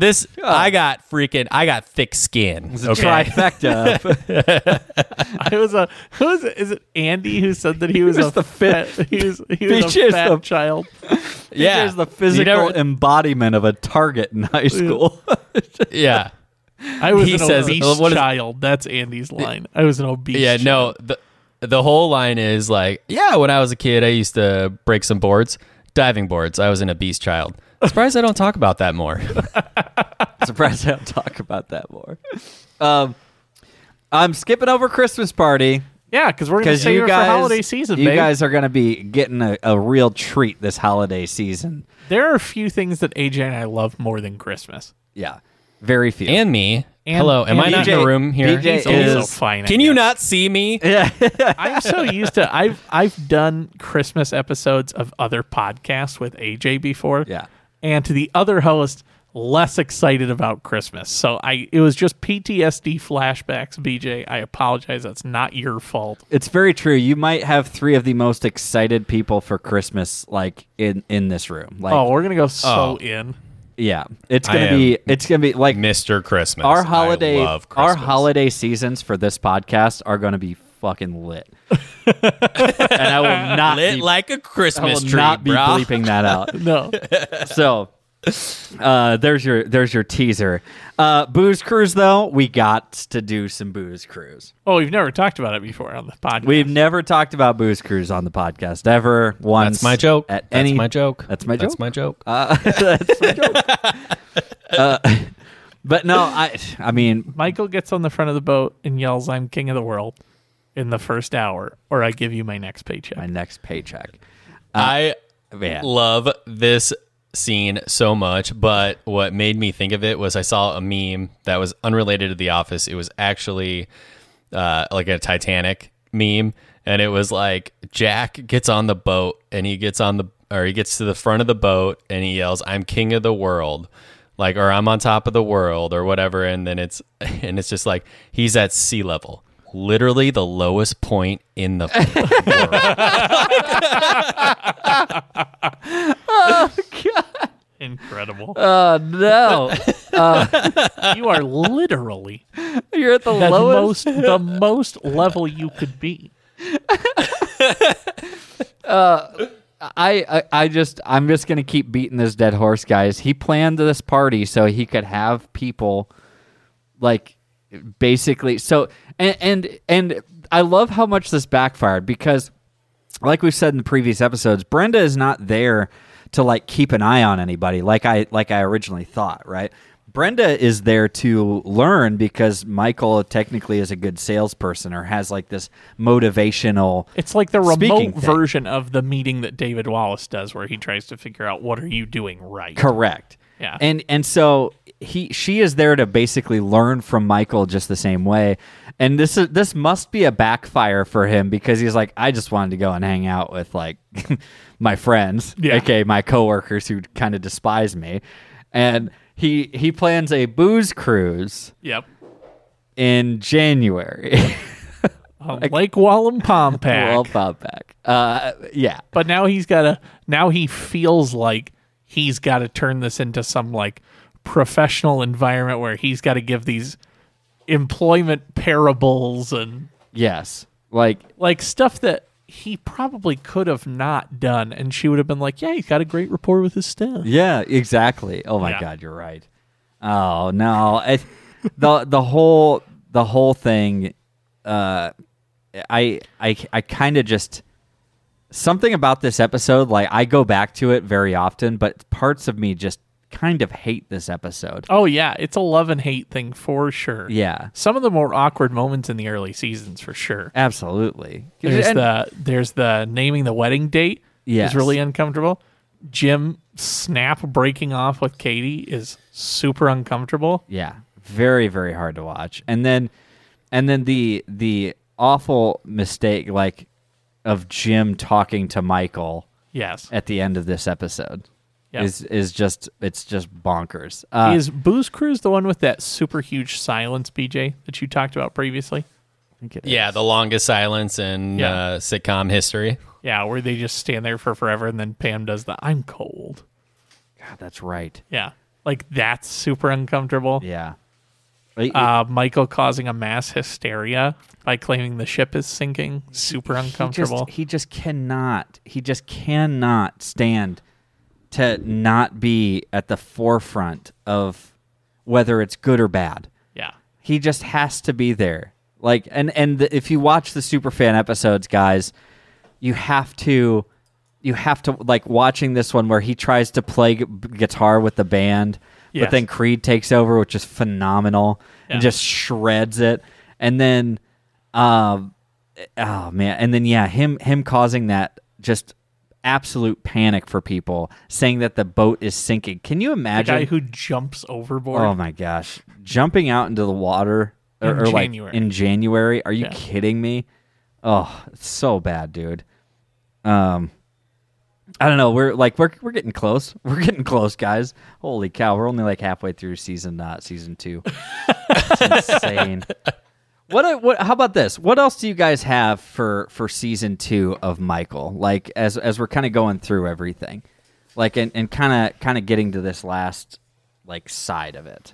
C: This I got freaking I got thick skin. okay?
D: Trifecta.
B: I was a who is it? Is it Andy who said that he was,
D: was
B: a
D: the
B: fat?
D: fit-
B: He was he was a
D: BJ's
B: fat
D: the-
B: child.
C: yeah.
D: Here's the
C: You
D: physical
C: never-
D: embodiment of a target in high school.
C: yeah.
B: I was
C: He
B: an
C: says-
B: obese
C: what is-
B: child. That's Andy's line. I was an obese.
C: Yeah,
B: child.
C: no. The the whole line is like, yeah, when I was a kid I used to break some boards, diving boards. I was an obese child. Surprised I don't talk about that more.
D: Surprised I don't talk about that more. Um, I'm skipping over Christmas party
B: yeah, because we're gonna
D: because
B: save
D: you
B: it
D: guys,
B: for holiday season,
D: you
B: babe.
D: guys are going to be getting a, a real treat this holiday season.
B: There are a few things that AJ and I love more than Christmas.
D: Yeah, very few.
C: and me.
B: And-
C: Hello, am I
B: and
C: not in
D: BJ
C: the room here?
D: BJ
B: It's also
D: is-
B: fine. I
C: Can you
B: guess.
C: not see me?
D: yeah,
B: I'm so used to I've I've done Christmas episodes of other podcasts with AJ before.
D: Yeah.
B: And to the other host, less excited about Christmas. So I it was just PTSD flashbacks, BJ. I apologize. That's not your fault.
D: it's very true. You might have three of the most excited people for Christmas, like in in this room. Like,
B: Oh, we're gonna go so
C: Oh.
B: in.
D: yeah, it's
C: I
D: gonna
C: am-
D: be it's gonna be like
C: Mr. Christmas.
D: our
C: I
D: holiday
C: love
D: our
C: Christmas.
D: holiday seasons for this podcast are going to be fucking lit. and I will not
C: lit
D: be,
C: like a
D: I will
C: Christmas tree,
D: not be
C: brah.
D: bleeping that out.
B: No.
D: So uh, there's your there's your teaser. Uh, booze cruise though, we got to do some booze cruise.
B: oh, we've never talked about it before on the podcast.
D: We've never talked about booze cruise on the podcast ever once.
C: That's my joke.
D: At
C: that's
D: any
C: my joke.
D: That's my
C: That's
D: joke?
C: my joke.
D: But no, I I mean
B: Michael gets on the front of the boat and yells, I'm king of the world in the first hour, or I give you my next paycheck.
D: my next paycheck.
C: I
D: Man.
C: love this scene so much, but what made me think of it was I saw a meme that was unrelated to The Office. It was actually uh, like a Titanic meme, and it was like Jack gets on the boat and he gets on the or he gets to the front of the boat and he yells, "I'm king of the world." Like or I'm on top of the world or whatever, and then it's and it's just like he's at sea level, literally the lowest point in the world.
B: Incredible.
D: Oh no,
B: you are literally
D: you're at the
B: the
D: lowest.
B: most the most level you could be.
D: I, I I just I'm just gonna keep beating this dead horse, guys. He planned this party so he could have people like basically so and and and I love how much this backfired because like we've said in previous episodes, Brenda is not there to like keep an eye on anybody like I like I originally thought, right? Brenda is there to learn because Michael technically is a good salesperson or has like this motivational
B: It's like the
D: Speaking
B: remote
D: thing.
B: version of the meeting that David Wallace does where he tries to figure out what are you doing right.
D: Correct.
B: Yeah.
D: And and so he she is there to basically learn from Michael just the same way. And this is this must be a backfire for him because he's like, I just wanted to go and hang out with like my friends,
B: Yeah.
D: aka my coworkers who kind of despise me. And he he plans a booze cruise
B: Yep.
D: in January.
B: On Lake Wallenpompack.
D: well, Bob back. Uh, yeah.
B: But now he's got to. Now he feels like he's got to turn this into some like professional environment where he's got to give these employment parables and
D: Yes. Like
B: like stuff that he probably could have not done. And she would have been like, "Yeah, he's got a great rapport with his staff."
D: Yeah, exactly. Oh my
B: Yeah.
D: god, you're right. Oh no, it, the the whole the whole thing, uh, I I I kind of just something about this episode. Like I go back to it very often, but parts of me just kind of hate this episode.
B: Oh yeah, it's a love and hate thing for sure.
D: Yeah,
B: Some of the more awkward moments in the early seasons for sure.
D: absolutely.
B: There's
D: And-
B: the there's the naming the wedding date
D: Yes.
B: is really uncomfortable. Jim snap breaking off with Katie is super uncomfortable.
D: Yeah, very very hard to watch. And then and then the the awful mistake like of Jim talking to Michael
B: Yes.
D: at the end of this episode
B: Yeah.
D: is is just it's just bonkers. Uh,
B: is Booze Cruise the one with that super huge silence, BJ, that you talked about previously?
D: I think it is.
C: yeah, the longest silence in
B: Yeah.
C: uh, sitcom history.
B: Yeah, where they just stand there for forever and then Pam does the I'm cold.
D: God, that's right.
B: Yeah. Like that's super uncomfortable.
D: Yeah. It- it-
B: Uh, Michael causing a mass hysteria by claiming the ship is sinking. Super uncomfortable.
D: He just, he just cannot. He just cannot stand to not be at the forefront of whether it's good or bad.
B: yeah.
D: he just has to be there like and and the, if you watch the superfan episodes guys you have to you have to like watching this one where he tries to play gu- guitar with the band but
B: Yes.
D: then creed takes over which is phenomenal and
B: Yeah.
D: just shreds it and then um oh man and then yeah him him causing that just absolute panic for people saying that the boat is sinking can you
B: The
D: imagine
B: guy who jumps overboard.
D: Oh my gosh, jumping out into the water or,
B: In
D: or, like
B: January.
D: in January? Are you
B: Yeah.
D: kidding me? Oh, it's so bad, dude. Um, I don't know. We're like we're we're getting close. We're getting close, guys. Holy cow, we're only like halfway through season uh, season two. it's insane. What, a- what how about this? What else do you guys have for for season 2 of Michael? Like as as we're kind of going through everything. Like and and kind of kind of getting to this last like side of it.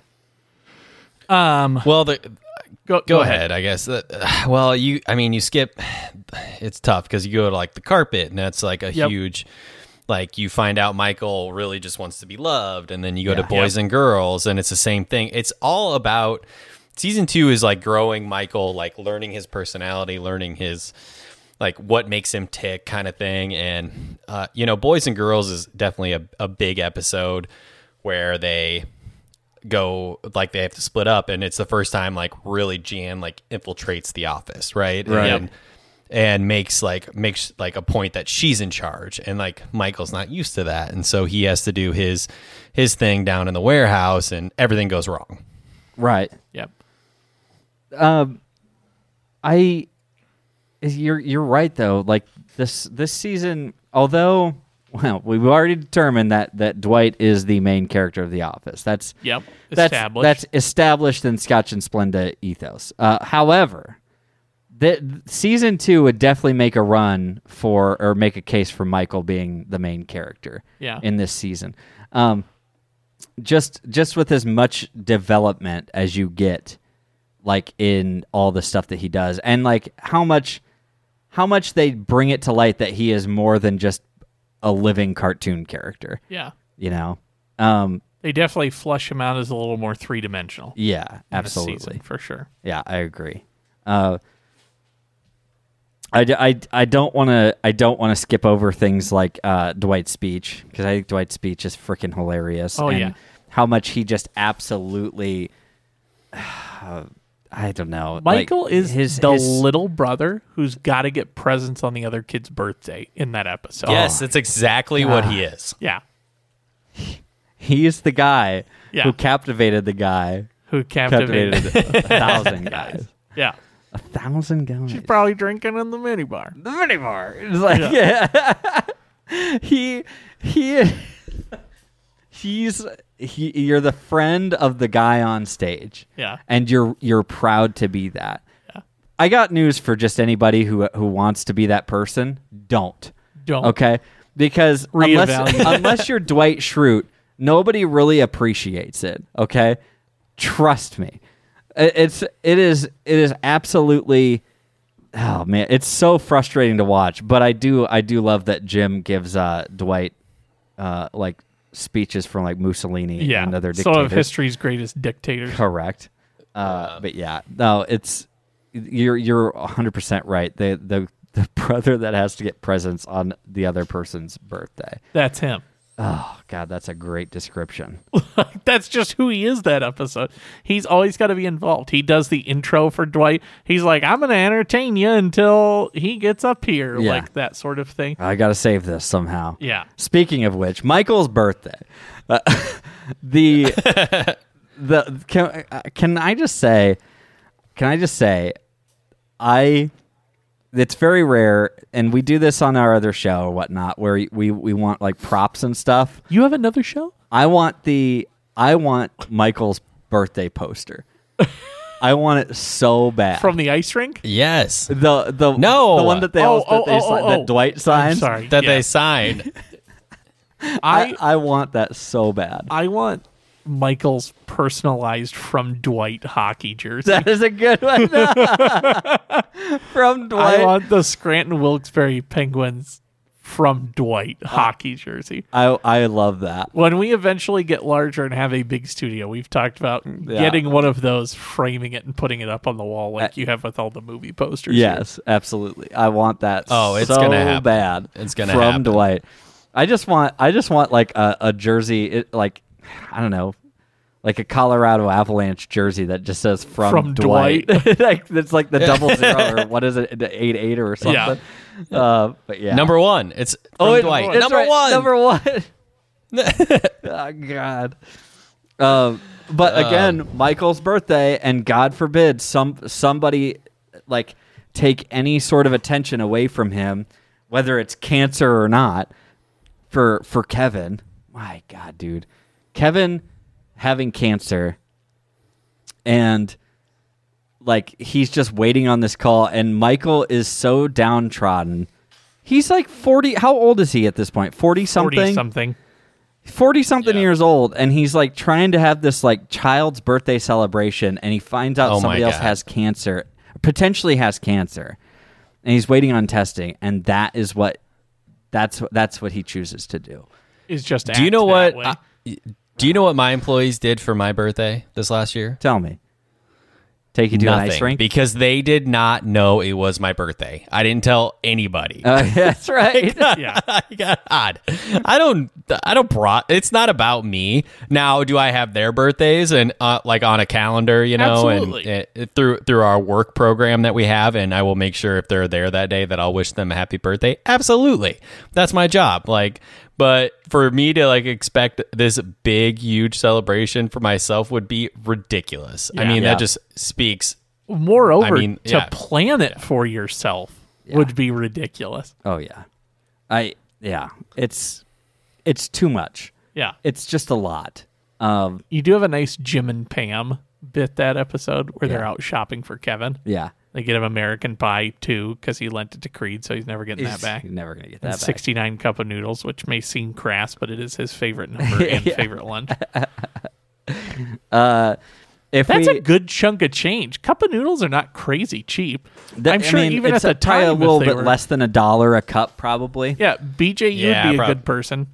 B: Um,
C: Well, the
B: go,
C: go ahead, I guess. Uh, well, you I mean, you skip it's tough cuz you go to like the carpet and that's like a
B: Yep.
C: huge like you find out Michael really just wants to be loved and then you go to
D: Yeah.
C: boys and girls and it's the same thing. It's all about season 2 is like growing Michael, like learning his personality, learning his like what makes him tick kind of thing and uh, you know boys and girls is definitely a, a big episode where they go like they have to split up and it's the first time like really jan like infiltrates the office right,
D: Right.
C: and and makes like makes like a point that she's in charge and like Michael's not used to that and so he has to do his his thing down in the warehouse and everything goes wrong.
D: Right.
B: Yep.
D: I is- you're you're right though. Like this this season, although well, we've already determined that that Dwight is the main character of The Office. That's
B: Yep.
D: That's
B: Established.
D: that's established in Scotch and Splenda ethos. Uh, however, the season two would definitely make a run for or make a case for Michael being the main character.
B: Yeah.
D: in this season. Um, just just with as much development as you get like in all the stuff that he does and like how much how much they bring it to light that he is more than just a living cartoon character
B: Yeah.
D: you know um
B: They definitely flush him out as a little more three dimensional.
D: yeah
B: This
D: absolutely
B: season, for sure.
D: yeah i agree uh I, d- I, d- I don't want to I don't want to skip over things like uh, Dwight's speech because I think Dwight's speech is freaking hilarious.
B: Oh,
D: and
B: yeah.
D: how much he just absolutely I don't know. like,
B: Michael is the little brother who's got to get presents on the other kid's birthday in that episode.
C: Yes, that's exactly what he is.
B: Yeah.
D: He's the guy
B: Yeah.
D: who captivated the guy.
B: Who captivated?
D: Captivated a thousand guys.
B: Yeah.
D: A thousand guys. She's
B: Probably drinking in the minibar.
D: the minibar. It's like yeah. he he he's he you're the friend of the guy on stage.
B: Yeah.
D: And you're you're proud to be that. Yeah. I got news for just anybody who who wants to be that person. Don't.
B: Don't.
D: Okay. Because unless
B: Reevaluate.
D: unless you're Dwight Schrute, nobody really appreciates it. Okay, trust me. I- It's it is it is absolutely. Oh man, it's so frustrating to watch. But I do I do love that Jim gives uh, Dwight uh, like speeches from like Mussolini
B: Yeah.
D: and other
B: Some of
D: dictators.
B: history's greatest dictators.
D: Correct. Uh, but yeah, no, it's you're you're 100 percent right. The the the brother that has to get presents on the other person's birthday.
B: That's him.
D: Oh God, that's a great description.
B: That's just who he is that episode. He's always got to be involved. He does the intro for Dwight. He's like, I'm going to entertain you until he gets up here,
D: Yeah.
B: like that sort of thing.
D: I gotta save this somehow.
B: Yeah.
D: Speaking of which, Michael's birthday. Uh, the the can, uh, can I just say can I just say I it's very rare and we do this on our other show or whatnot where we we want like props and stuff.
B: You have another show?
D: I want the I want Michael's birthday poster. I want it so bad.
B: From the ice rink?
C: Yes.
D: the the
C: No.
D: the one that they
B: Oh,
D: also-
B: oh,
D: that, they
B: oh,
D: si-
B: oh,
D: that
B: oh.
D: Dwight
B: I'm
D: signs.
B: sorry.
C: That
B: Yeah.
C: they signed.
D: I
B: I,
D: I want that so bad.
B: I want Michael's personalized from Dwight hockey jersey.
D: That is a good one from Dwight.
B: I want the Scranton Wilkes-Barre Penguins from Dwight
D: Uh.
B: hockey jersey.
D: I I love that.
B: When we eventually get larger and have a big studio, we've talked about
C: Mm,
B: getting one of those, framing it, and putting it up on the wall like you have with all the movie posters. here.
D: Yes, absolutely. I want that.
C: Oh, it's
D: so
C: gonna happen.
D: bad.
C: It's gonna
D: from
C: happen.
D: Dwight. I just want I just want like a, a jersey it, like I don't know like a Colorado Avalanche jersey that just says from,
B: From
D: Dwight. like it's like the double zero or what is it the eight eight or something. Uh, but yeah.
C: Number one. It's from
D: Oh, it-
C: Dwight.
D: that's
C: Number
D: right,
C: one.
D: Number one. oh God. Um, but again, Michael's birthday, and God forbid some somebody like take any sort of attention away from him, whether it's cancer or not. For for Kevin, my God, dude, Kevin having cancer, and like he's just waiting on this call, and Michael is so downtrodden. He's like forty. How old is he at this point? Forty something.
B: 40 something.
D: 40 something
C: Yeah.
D: years old and he's like trying to have this like child's birthday celebration and he finds out
C: Oh my
D: somebody else
C: God.
D: has cancer potentially has cancer and he's waiting on testing and that is what that's that's what he chooses to do
B: Is just
C: do you
B: act
C: know what
B: that way.
C: I- do you know what my employees did for my birthday this last year
D: tell me take you to an ice
C: Nothing
D: rink?
C: because they did not know it was my birthday. I didn't tell anybody.
D: Uh, that's right.
B: Yeah.
C: God, I don't, I don't. Bro- it's not about me now. Do I have their birthdays and uh, like on a calendar, you know, and-
B: Absolutely.
C: and, uh, through through our work program that we have, and I will make sure if they're there that day that I'll wish them a happy birthday. Absolutely, that's my job. Like, but for me to like expect this big, huge celebration for myself would be ridiculous. I
B: Yeah.
C: mean,
D: Yeah.
C: that just speaks.
B: Moreover,
C: I mean,
B: to
C: yeah.
B: plan it for yourself would be ridiculous.
D: oh yeah, I yeah. It's it's too much.
B: Yeah.
D: It's just a lot. Um,
B: You do have a nice Jim and Pam bit that episode where they're out shopping for Kevin.
D: yeah,
B: They get him American Pie too because he lent it to Creed, so he's never getting that
D: It's-
B: back.
D: You're never gonna get that back.
B: 69 cup of noodles, which may seem crass, but it is his favorite number and favorite lunch.
D: If
B: That's
D: we,
B: a good chunk of change. Cup of noodles are not crazy cheap.
D: that-
B: I'm sure
D: I mean,
B: even
D: it's
B: at the
D: a- probably
B: time,
D: a
B: if
D: little
B: they
D: bit
B: were- Oh,
D: less than a dollar a cup, probably.
B: Yeah, BJ, you
C: Yeah,
B: would be a
C: prob-
B: good person.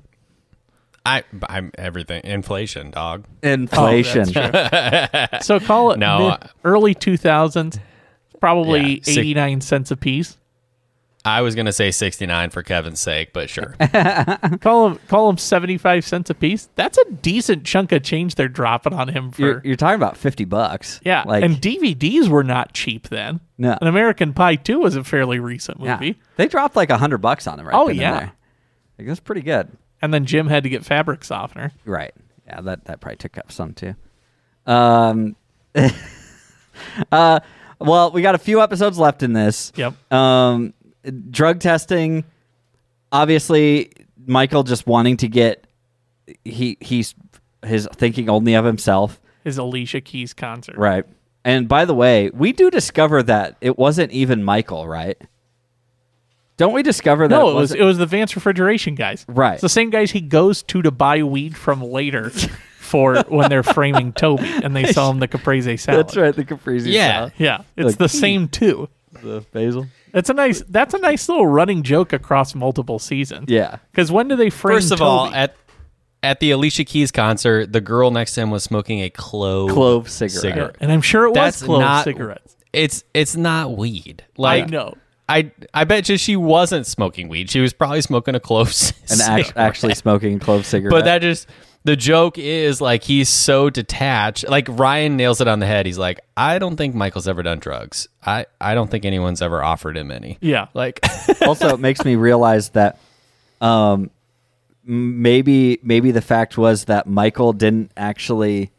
C: I, I'm everything. Inflation, dog.
D: Inflation.
B: So call it
C: Uh, No,
B: mid- early 2000s, probably
C: Yeah, six-
B: 89 cents a piece.
C: I was gonna say 69 for Kevin's sake, but sure.
B: Call him call him 75 cents a piece. That's a decent chunk of change they're dropping on him for.
D: you're, you're talking about fifty bucks.
B: yeah,
D: like
B: and DVDs were not cheap then.
D: No.
B: An American Pie 2 was a fairly recent
D: yeah.
B: movie.
D: they dropped like hundred bucks on them right
B: Oh,
D: then and
B: yeah.
D: there. Like, that's pretty good.
B: And then Jim had to get fabric softener.
D: Right. Yeah, that that probably took up some too. Um uh well, we got a few episodes left in this.
B: Yep.
D: Um drug testing obviously Michael just wanting to get he he's his thinking only of himself.
B: His Alicia Keys concert.
D: Right. And by the way, we do discover that it wasn't even Michael, right? Don't we discover that
B: No, it was
D: wasn't-
B: it was the Vance refrigeration guys.
D: Right.
B: It's the same guys he goes to to buy weed from later for when they're framing Toby and they sell him the caprese salad.
D: That's right, the Caprese
C: Yeah.
D: salad.
B: Yeah. It's
D: Like,
B: the
D: "Hmm."
B: same two.
D: the basil.
B: That's a nice that's a nice little running joke across multiple seasons.
D: Yeah.
B: Because when do they frame
C: First of
B: Toby?
C: all, at at the Alicia Keys concert, the girl next to him was smoking a clove
D: Clove cigarette.
B: Yeah, and I'm sure it
C: That's
B: was clove
C: not
B: cigarettes.
C: It's it's not weed. Like
B: I know.
C: I I bet you she wasn't smoking weed. She was probably smoking a clove.
D: and
C: cigarette.
D: act- actually smoking clove cigarette.
C: but that just the joke is like he's so detached. Like Ryan nails it on the head. He's like, I don't think Michael's ever done drugs. I I don't think anyone's ever offered him any.
B: Yeah.
C: Like
D: also it makes me realize that um, m- maybe maybe the fact was that Michael didn't actually.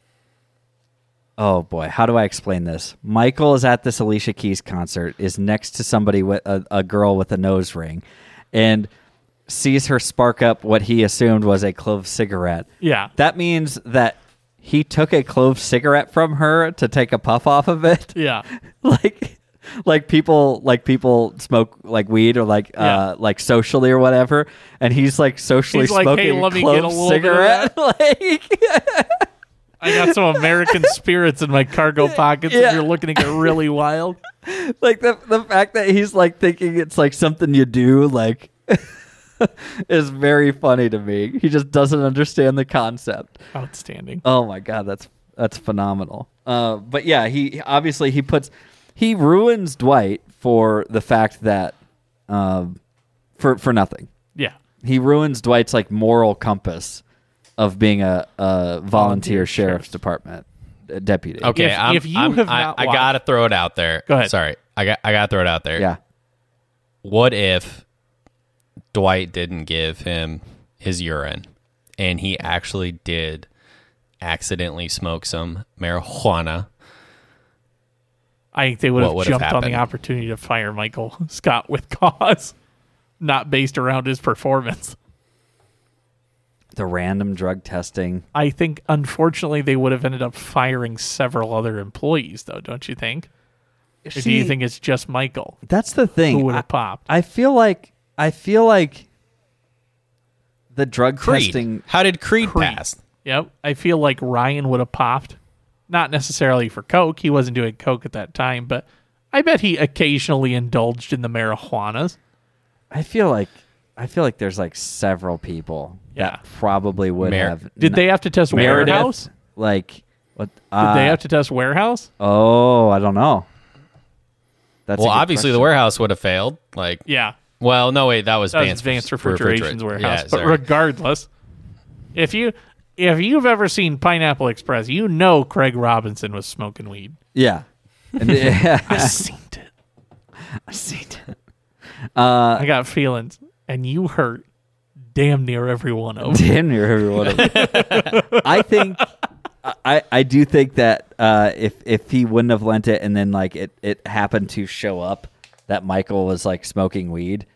D: Oh boy, how do I explain this? Michael is at this Alicia Keys concert, is next to somebody with a, a girl with a nose ring, and sees her spark up what he assumed was a clove cigarette.
B: Yeah.
D: That means that he took a clove cigarette from her to take a puff off of it
B: Yeah.
D: like like people like people smoke like weed or like
B: Yeah.
D: uh like socially or whatever and he's like socially
B: He's like,
D: smoking
B: "Hey,
D: a
B: let me
D: clove
B: get a little bit of
D: cigarette like
B: I got some American spirits in my cargo pockets
D: Yeah.
B: and you're looking to get really wild.
D: like the the fact that he's like thinking it's like something you do like is very funny to me he just doesn't understand the concept
B: Outstanding.
D: Oh my god, that's that's phenomenal. Uh, but yeah, he obviously he puts he ruins Dwight for the fact that um, for for nothing.
B: yeah.
D: He ruins Dwight's like moral compass of being a, a volunteer sheriff's department uh, deputy.
C: Okay,
B: If-
C: I'm,
B: if you
C: I'm-
B: have
C: I,
B: not
C: I
B: watched-
C: gotta throw it out there.
B: Go ahead.
C: Sorry, I got I gotta throw it out there.
D: Yeah.
C: What if Dwight didn't give him his urine, and he actually did accidentally smoke some marijuana?
B: I think they would
C: What
B: have
C: would have
B: jumped on
C: happened?
B: the opportunity to fire Michael Scott with cause, not based around his performance.
D: The random drug testing.
B: I think, unfortunately, they would have ended up firing several other employees, though, don't you think? Or do you think it's just Michael
D: That's the thing.
B: who would
D: I-
B: have popped?
D: I feel like I feel like the drug
C: Creed.
D: testing
C: How did Creed,
B: Creed.
C: pass?
B: Yep. I feel like Ryan would have popped. Not necessarily for Coke. He wasn't doing Coke at that time, but I bet he occasionally indulged in the marijuanas.
D: I feel like I feel like there's like several people
B: Yeah.
D: that probably would
C: Mer-
D: have.
B: Did
D: n-
B: they have to test
D: Meredith?
B: warehouse?
D: like What?
B: Did
D: Uh,
B: they have to test warehouse?
D: oh, I don't know. That's a
C: well,
D: good
C: obviously the
D: question.
C: warehouse would have failed. Like,
B: Yeah.
C: well, no wait, that was
B: That was
C: Vance-
B: Advanced Refrigeration's
C: Refrigerate-
B: warehouse.
C: Yeah,
B: but
C: sorry.
B: regardless, if you if you've ever seen Pineapple Express, you know Craig Robinson was smoking weed.
D: Yeah. And the-
B: I seen it.
D: I see it.
B: I got feelings, and you hurt damn near every one of them.
D: Damn near every one of them. I think. I, I do think that uh, if if he wouldn't have lent it and then like it, it happened to show up that Michael was like smoking weed,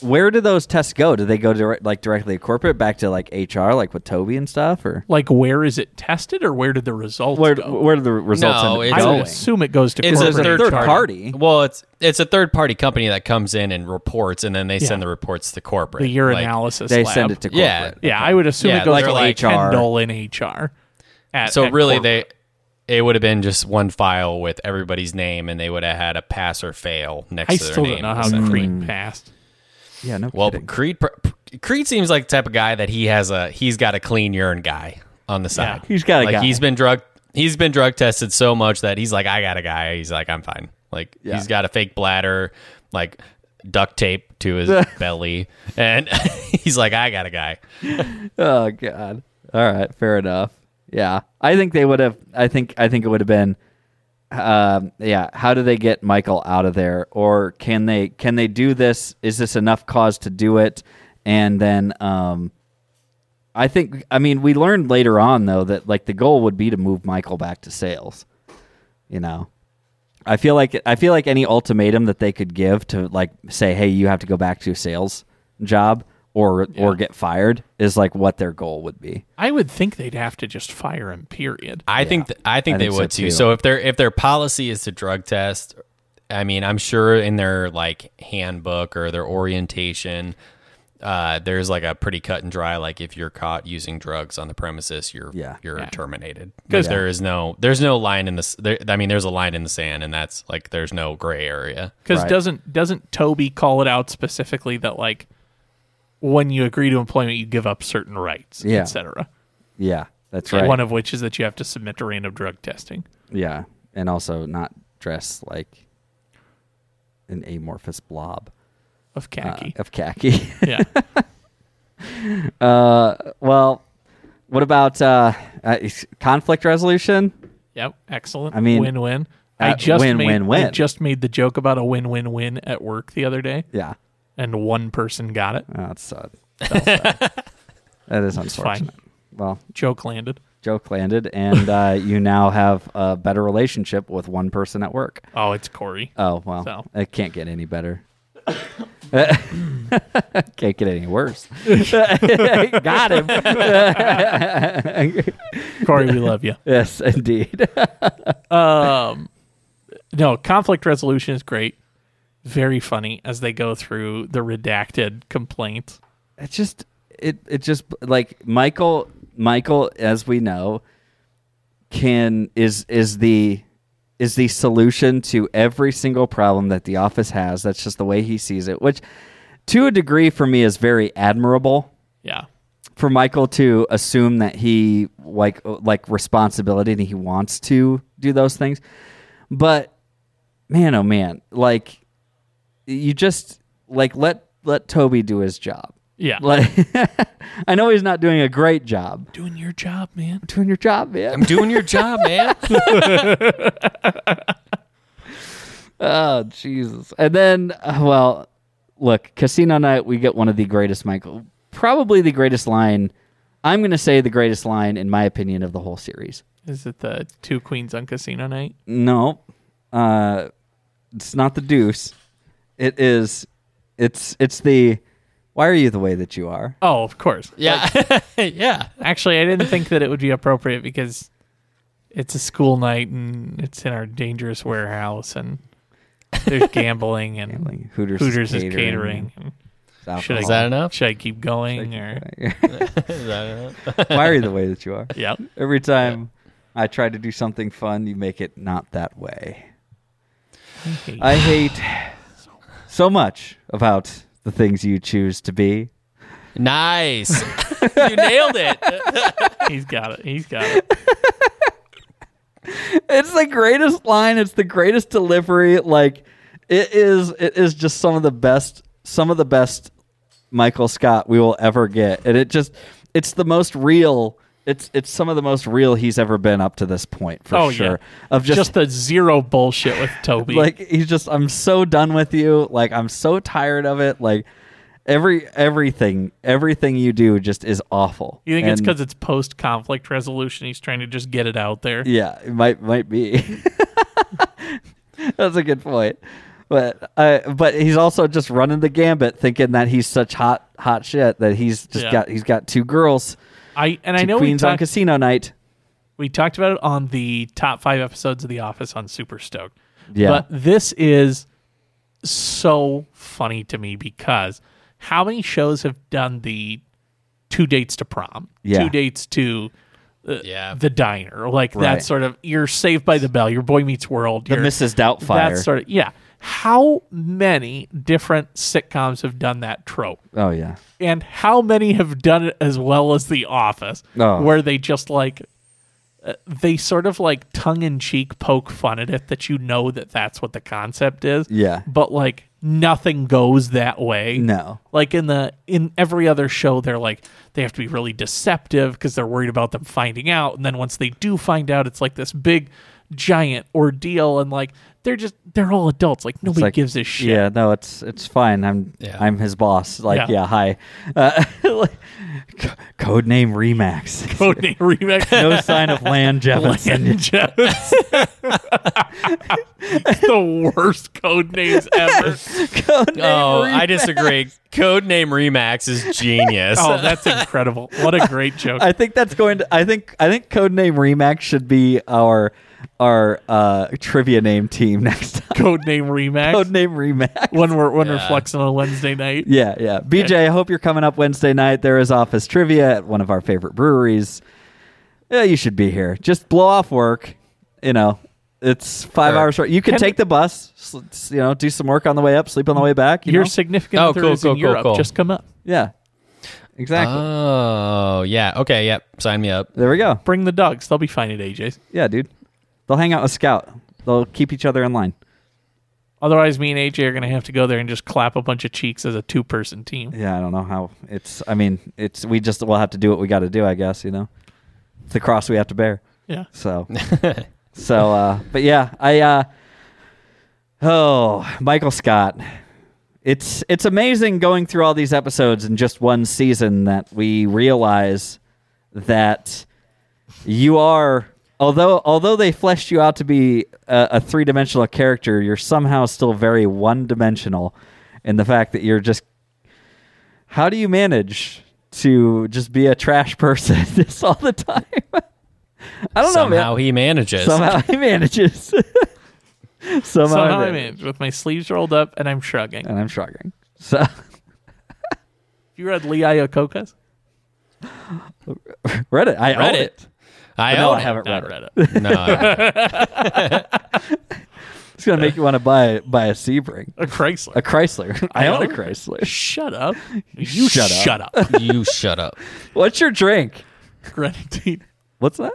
D: where do those tests go? Do they go direct, like directly to corporate, back to like HR, like with Toby and stuff, or
B: Like, where is it tested, or where did the results
D: where
B: go?
D: where do the results
C: No, it's
D: end up
B: I
D: going?
B: would assume it goes to
C: It's a
B: corporate
C: third
B: HR.
C: party.
D: party.
C: Well, it's it's a third party company that comes in and reports, and then they
B: Yeah.
C: send the reports to corporate.
B: The urinalysis.
C: Like,
B: analysis.
D: They
B: lab.
D: send it to corporate.
C: Yeah.
B: Yeah, I would assume
C: Yeah,
B: it goes
C: like
B: to like
D: HR.
B: Kendall in HR. At,
C: So
B: at
C: really,
B: corporate.
C: they it would have been just one file with everybody's name, and they would have had a pass or fail next
B: I
C: to their
B: still
C: name.
B: don't know how
D: Mm.
C: essentially.
B: Creed passed.
D: Yeah, no
C: Well,
D: kidding.
C: Creed pr- pr- Creed seems like the type of guy that he has a he's got a clean urine guy on the side.
D: He's got a
C: like
D: guy.
C: he's been drug he's been drug tested so much that he's like I got a guy. He's like I'm fine. Like
D: Yeah.
C: he's got a fake bladder, like duct tape to his belly, and he's like I got a guy.
D: Oh God. All right, fair enough. Yeah, I think they would have. I think I think it would have been. Um, yeah, how do they get Michael out of there, or can they can they do this? Is this enough cause to do it? And then, um, I think I mean we learned later on though that like the goal would be to move Michael back to sales. You know, I feel like I feel like any ultimatum that they could give to like say, hey, you have to go back to your sales job or or get fired is like what their goal would be.
B: I would think they'd have to just fire him. Period.
C: I think th- I think
D: I
C: they
D: think so
C: would too.
D: too.
C: So if their if their policy is to drug test, I mean, I'm sure in their like handbook or their orientation, uh, there's like a pretty cut and dry like if you're caught using drugs on the premises, you're
D: Yeah.
C: you're terminated
B: 'Cause-
C: because there is no there's no line in the s- there, I mean, there's a line in the sand, and that's like there's no gray area.
B: Because
D: Right.
B: doesn't doesn't Toby call it out specifically that like when you agree to employment, you give up certain rights,
D: Yeah.
B: etc.
D: Yeah, that's right.
B: One of which is that you have to submit to random drug testing.
D: yeah, and also not dress like an amorphous blob
B: Of
D: uh,
B: khaki,
D: of khaki.
B: yeah.
D: uh, well, what about uh, uh, conflict resolution?
B: Yep, excellent.
D: I mean,
B: win-win. I
D: uh,
B: just
D: win,
B: made
D: win,
B: I
D: win.
B: just made the joke about a win-win-win at work the other day,
D: Yeah,
B: and one person got it.
D: oh, that's sad. That's sad. that is
B: fine.
D: unfortunate. Well,
B: Joke landed.
D: joke landed, and uh, you now have a better relationship with one person at work.
B: Oh, it's Corey.
D: Oh well,
B: So.
D: it can't get any better. can't get any worse. Got him.
B: Corey, we love you.
D: yes, indeed.
B: Um, no, conflict resolution is great. Very funny as they go through the redacted complaints.
D: It just it it just like Michael Michael as we know can is is the is the solution to every single problem that the office has. That's just the way he sees it, which to a degree for me is very admirable.
B: Yeah.
D: for Michael to assume that he like like responsibility and he wants to do those things. But man, oh man, like you just like let let Toby do his job.
B: Yeah.
D: Like I know he's not doing a great job.
B: Doing your job, man.
D: Doing your job, man.
C: I'm doing your job, man.
D: Oh Jesus! And then, uh, well, look, Casino Night. We get one of the greatest Michael, probably the greatest line. I'm going to say the greatest line, in my opinion, of the whole series.
B: Is it the two queens on casino night?
D: No, uh, it's not the deuce. It is. It's it's the. Why are you the way that you are?
B: Oh, of course.
C: yeah, yeah.
B: Actually, I didn't think that it would be appropriate because it's a school night and it's in our dangerous warehouse and there's gambling and
D: Like, Hooters,
B: Hooters
D: is
B: is catering.
D: It's
B: Should I-
C: Is that enough?
B: Should I keep going or?
C: Is that enough?
D: alcohol. why are you the way that you are?
B: Yep.
D: Every time I try to do something fun, you make it not that way.
B: Okay.
D: I hate so much about the things you choose to be.
C: Nice. you nailed it.
B: He's got it. He's got it.
D: it's the greatest line. It's the greatest delivery. Like it is. It is just some of the best. Some of the best Michael Scott we will ever get, and it just. It's the most real. It's it's some of the most real he's ever been up to this point for
B: oh
D: sure.
B: yeah,
D: Of just,
B: the zero bullshit with Toby.
D: like he's just I'm so done with you. Like I'm so tired of it. Like every everything everything you do just is awful.
B: you think it's
D: And-
B: because it's post conflict resolution? He's trying to just get it out there.
D: Yeah, it might might be. That's a good point. But uh, but he's also just running the gambit, thinking that he's such hot hot shit that he's just
B: Yeah.
D: got he's got two girls,
B: I and
D: two
B: I know we
D: queens on
B: talked
D: casino night.
B: we talked about it on the top five episodes of The Office on Super Stoked.
D: Yeah.
B: But this is so funny to me because how many shows have done the two dates to prom,
D: Yeah.
B: two dates to uh,
C: Yeah.
B: the diner, like
D: Right.
B: that sort of you're saved by the bell, your boy meets world,
D: The
B: your-
D: Mrs. Doubtfire.
B: that sort of yeah. How many different sitcoms have done that trope?
D: oh yeah,
B: and how many have done it as well as The Office,
D: Oh.
B: where they just like uh, they sort of like tongue in cheek poke fun at it that you know that that's what the concept is.
D: Yeah.
B: but like nothing goes that way.
D: No.
B: like in the in every other show, they're like they have to be really deceptive because they're worried about them finding out, and then once they do find out, it's like this big giant ordeal, and like they're just they're all adults. Like nobody
D: like,
B: gives a shit.
D: Yeah, no, it's it's fine. I'm
C: Yeah.
D: I'm his boss. Like yeah,
B: Yeah.
D: hi. Uh, like, co- code name Remax.
B: Code name remix.
D: no sign of land, Jefferson.
B: Land Jets. the worst code names ever.
D: Code name
C: Oh,
D: Remax.
C: I disagree. Codename Remax is genius.
B: Oh, that's incredible. What a great joke.
D: I think that's going to. I think I think codename Remax should be our our uh, trivia name team next time.
B: Code name Remax.
D: Codename Remax.
B: when we're when
C: Yeah.
B: we're flexing on a Wednesday night.
D: Yeah, yeah. BJ, I hope you're coming up Wednesday night. There is office trivia at one of our favorite breweries. Yeah, you should be here. Just blow off work. You know, it's five
C: Sure.
D: hours. short. You can,
B: Can-
D: take the bus. sl- s- You know, do some work on the way up, sleep on the way back. You
B: Your
D: know?
B: significant
C: Oh,
B: other
C: cool,
B: is
C: cool,
B: in
C: cool,
B: Europe.
C: cool.
B: Just come up.
D: yeah, exactly.
C: Oh, yeah. Okay, yep. Sign me up.
D: there we go.
B: Bring the dogs. They'll be fine at AJ's.
D: Yeah, dude. They'll hang out with Scout. They'll keep each other in line.
B: Otherwise, me and AJ are gonna have to go there and just clap a bunch of cheeks as a two-person team.
D: Yeah, I don't know how it's. I mean, it's we just we'll have to do what we got to do, I guess. You know, it's the cross we have to bear.
B: Yeah.
D: So, so, uh, but yeah, I. Uh, oh, Michael Scott, it's it's amazing going through all these episodes in just one season that we realize that you are although although they fleshed you out to be a, a three-dimensional character you're somehow still very one-dimensional in the fact that you're just how do you manage to just be a trash person just all the time i don't know
C: Somehow
D: man
C: he manages.
D: somehow he manages somehow,
B: Somehow
D: he
B: I'm in with my sleeves rolled up and I'm shrugging.
D: and i'm shrugging so
B: You read Lee Iacocca's?
D: reddit i
C: Read
D: own
C: it.
D: it
C: I
D: But
C: own
D: no, Oh, I
C: it.
D: haven't
B: Not
D: read it.
B: read it.
C: No, I haven't.
D: It's gonna
B: Uh.
D: make you want to buy buy a Sebring,
B: A Chrysler.
D: a Chrysler. I own a
B: own a
D: Chrysler.
B: Shut up. You
D: Shut
B: shut
D: up.
B: up.
C: you shut up.
D: What's your drink?
B: Grenadine.
D: What's that?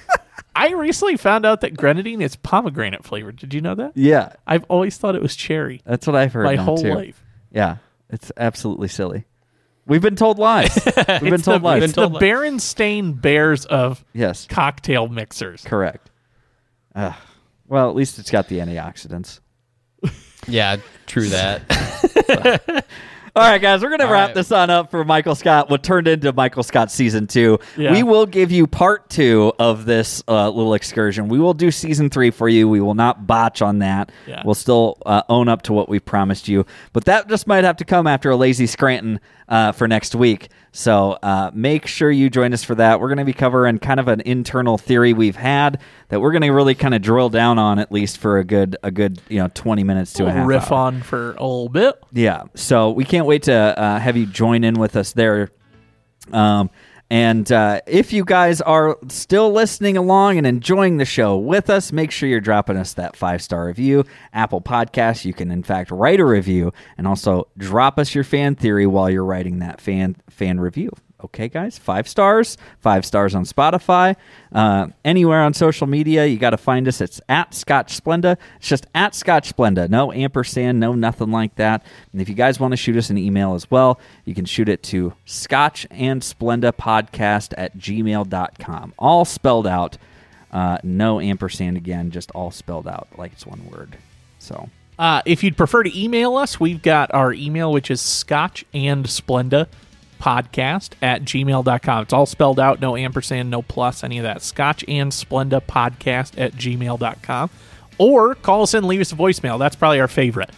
B: I recently found out that grenadine is pomegranate flavored. Did you know that?
D: Yeah,
B: I've always thought it was cherry
D: that's what I've heard.
B: my
D: now,
B: whole
D: too.
B: life.
D: Yeah, it's absolutely silly. We've been told lies. We've been
B: It's
D: told
B: the,
D: lies.
B: It's the Berenstain Bears of
D: yes,
B: cocktail mixers.
D: correct. Ugh. well, at least it's got the antioxidants.
C: Yeah, true that.
D: All right, guys, we're going to
C: All
D: wrap
C: right.
D: this on up for Michael Scott, what turned into Michael Scott season two.
B: Yeah.
D: We will give you part two of this uh, little excursion. We will do season three for you. We will not botch on that.
B: Yeah.
D: We'll still uh, own up to what we promised you. But that just might have to come after a lazy Scranton uh, for next week. So uh, make sure you join us for that. We're going to be covering kind of an internal theory we've had that we're going to really kind of drill down on at least for a good a good you know twenty minutes to a half
B: Riff
D: hour.
B: on for a little bit.
D: Yeah. So we can't wait to uh, have you join in with us there. Um, and uh, if you guys are still listening along and enjoying the show with us, make sure you're dropping us that five star review. Apple Podcasts, you can in fact write a review and also drop us your fan theory while you're writing that fan fan review. okay, guys, five stars, five stars on Spotify, uh, anywhere on social media. You got to find us. It's at Scotch Splenda. It's just at Scotch Splenda. No ampersand, no nothing like that. And if you guys want to shoot us an email as well, you can shoot it to Scotch and Splenda podcast at gmail.com. All spelled out. Uh, no ampersand again, just all spelled out like it's one word. So
B: Uh, if you'd prefer to email us, we've got our email, which is scotch and splenda podcast at gmail.com. It's all spelled out, no ampersand, no plus, any of that. Scotch and splenda podcast at gmail.com. Or call us in, leave us a voicemail. That's probably our favorite.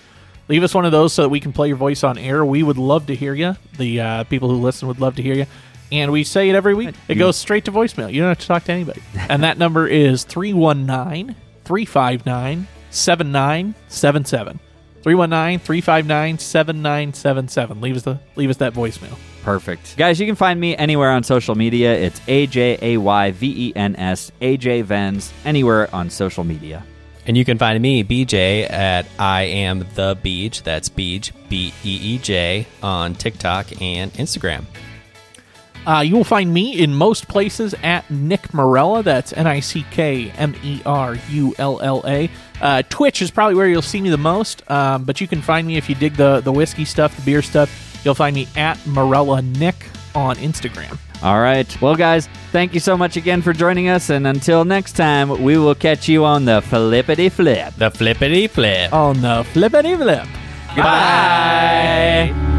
B: Leave us one of those so that we can play your voice on air. We would love to hear you. The uh, people who listen would love to hear you. And we say it every week. It goes straight to voicemail. You don't have to talk to anybody. And that number is 319 359 7977. 319 359 7977. Leave us the leave us that voicemail.
D: Perfect. Guys, you can find me anywhere on social media. It's A J A Y V E N S, AJ Vens, anywhere on social media.
C: And you can find me, BJ, at I am the Beach. That's Beach, B E E J, on TikTok and Instagram.
B: Uh, you will find me in most places at Nick Morella. That's N I C K M E R U L L A. Uh, Twitch is probably where you'll see me the most, um, but you can find me if you dig the, the whiskey stuff, the beer stuff. You'll find me at Morella Nick on Instagram.
D: All right. Well, guys, thank you so much again for joining us. And until next time, we will catch you on the flippity flip.
C: The flippity flip.
B: On the flippity flip.
D: Goodbye.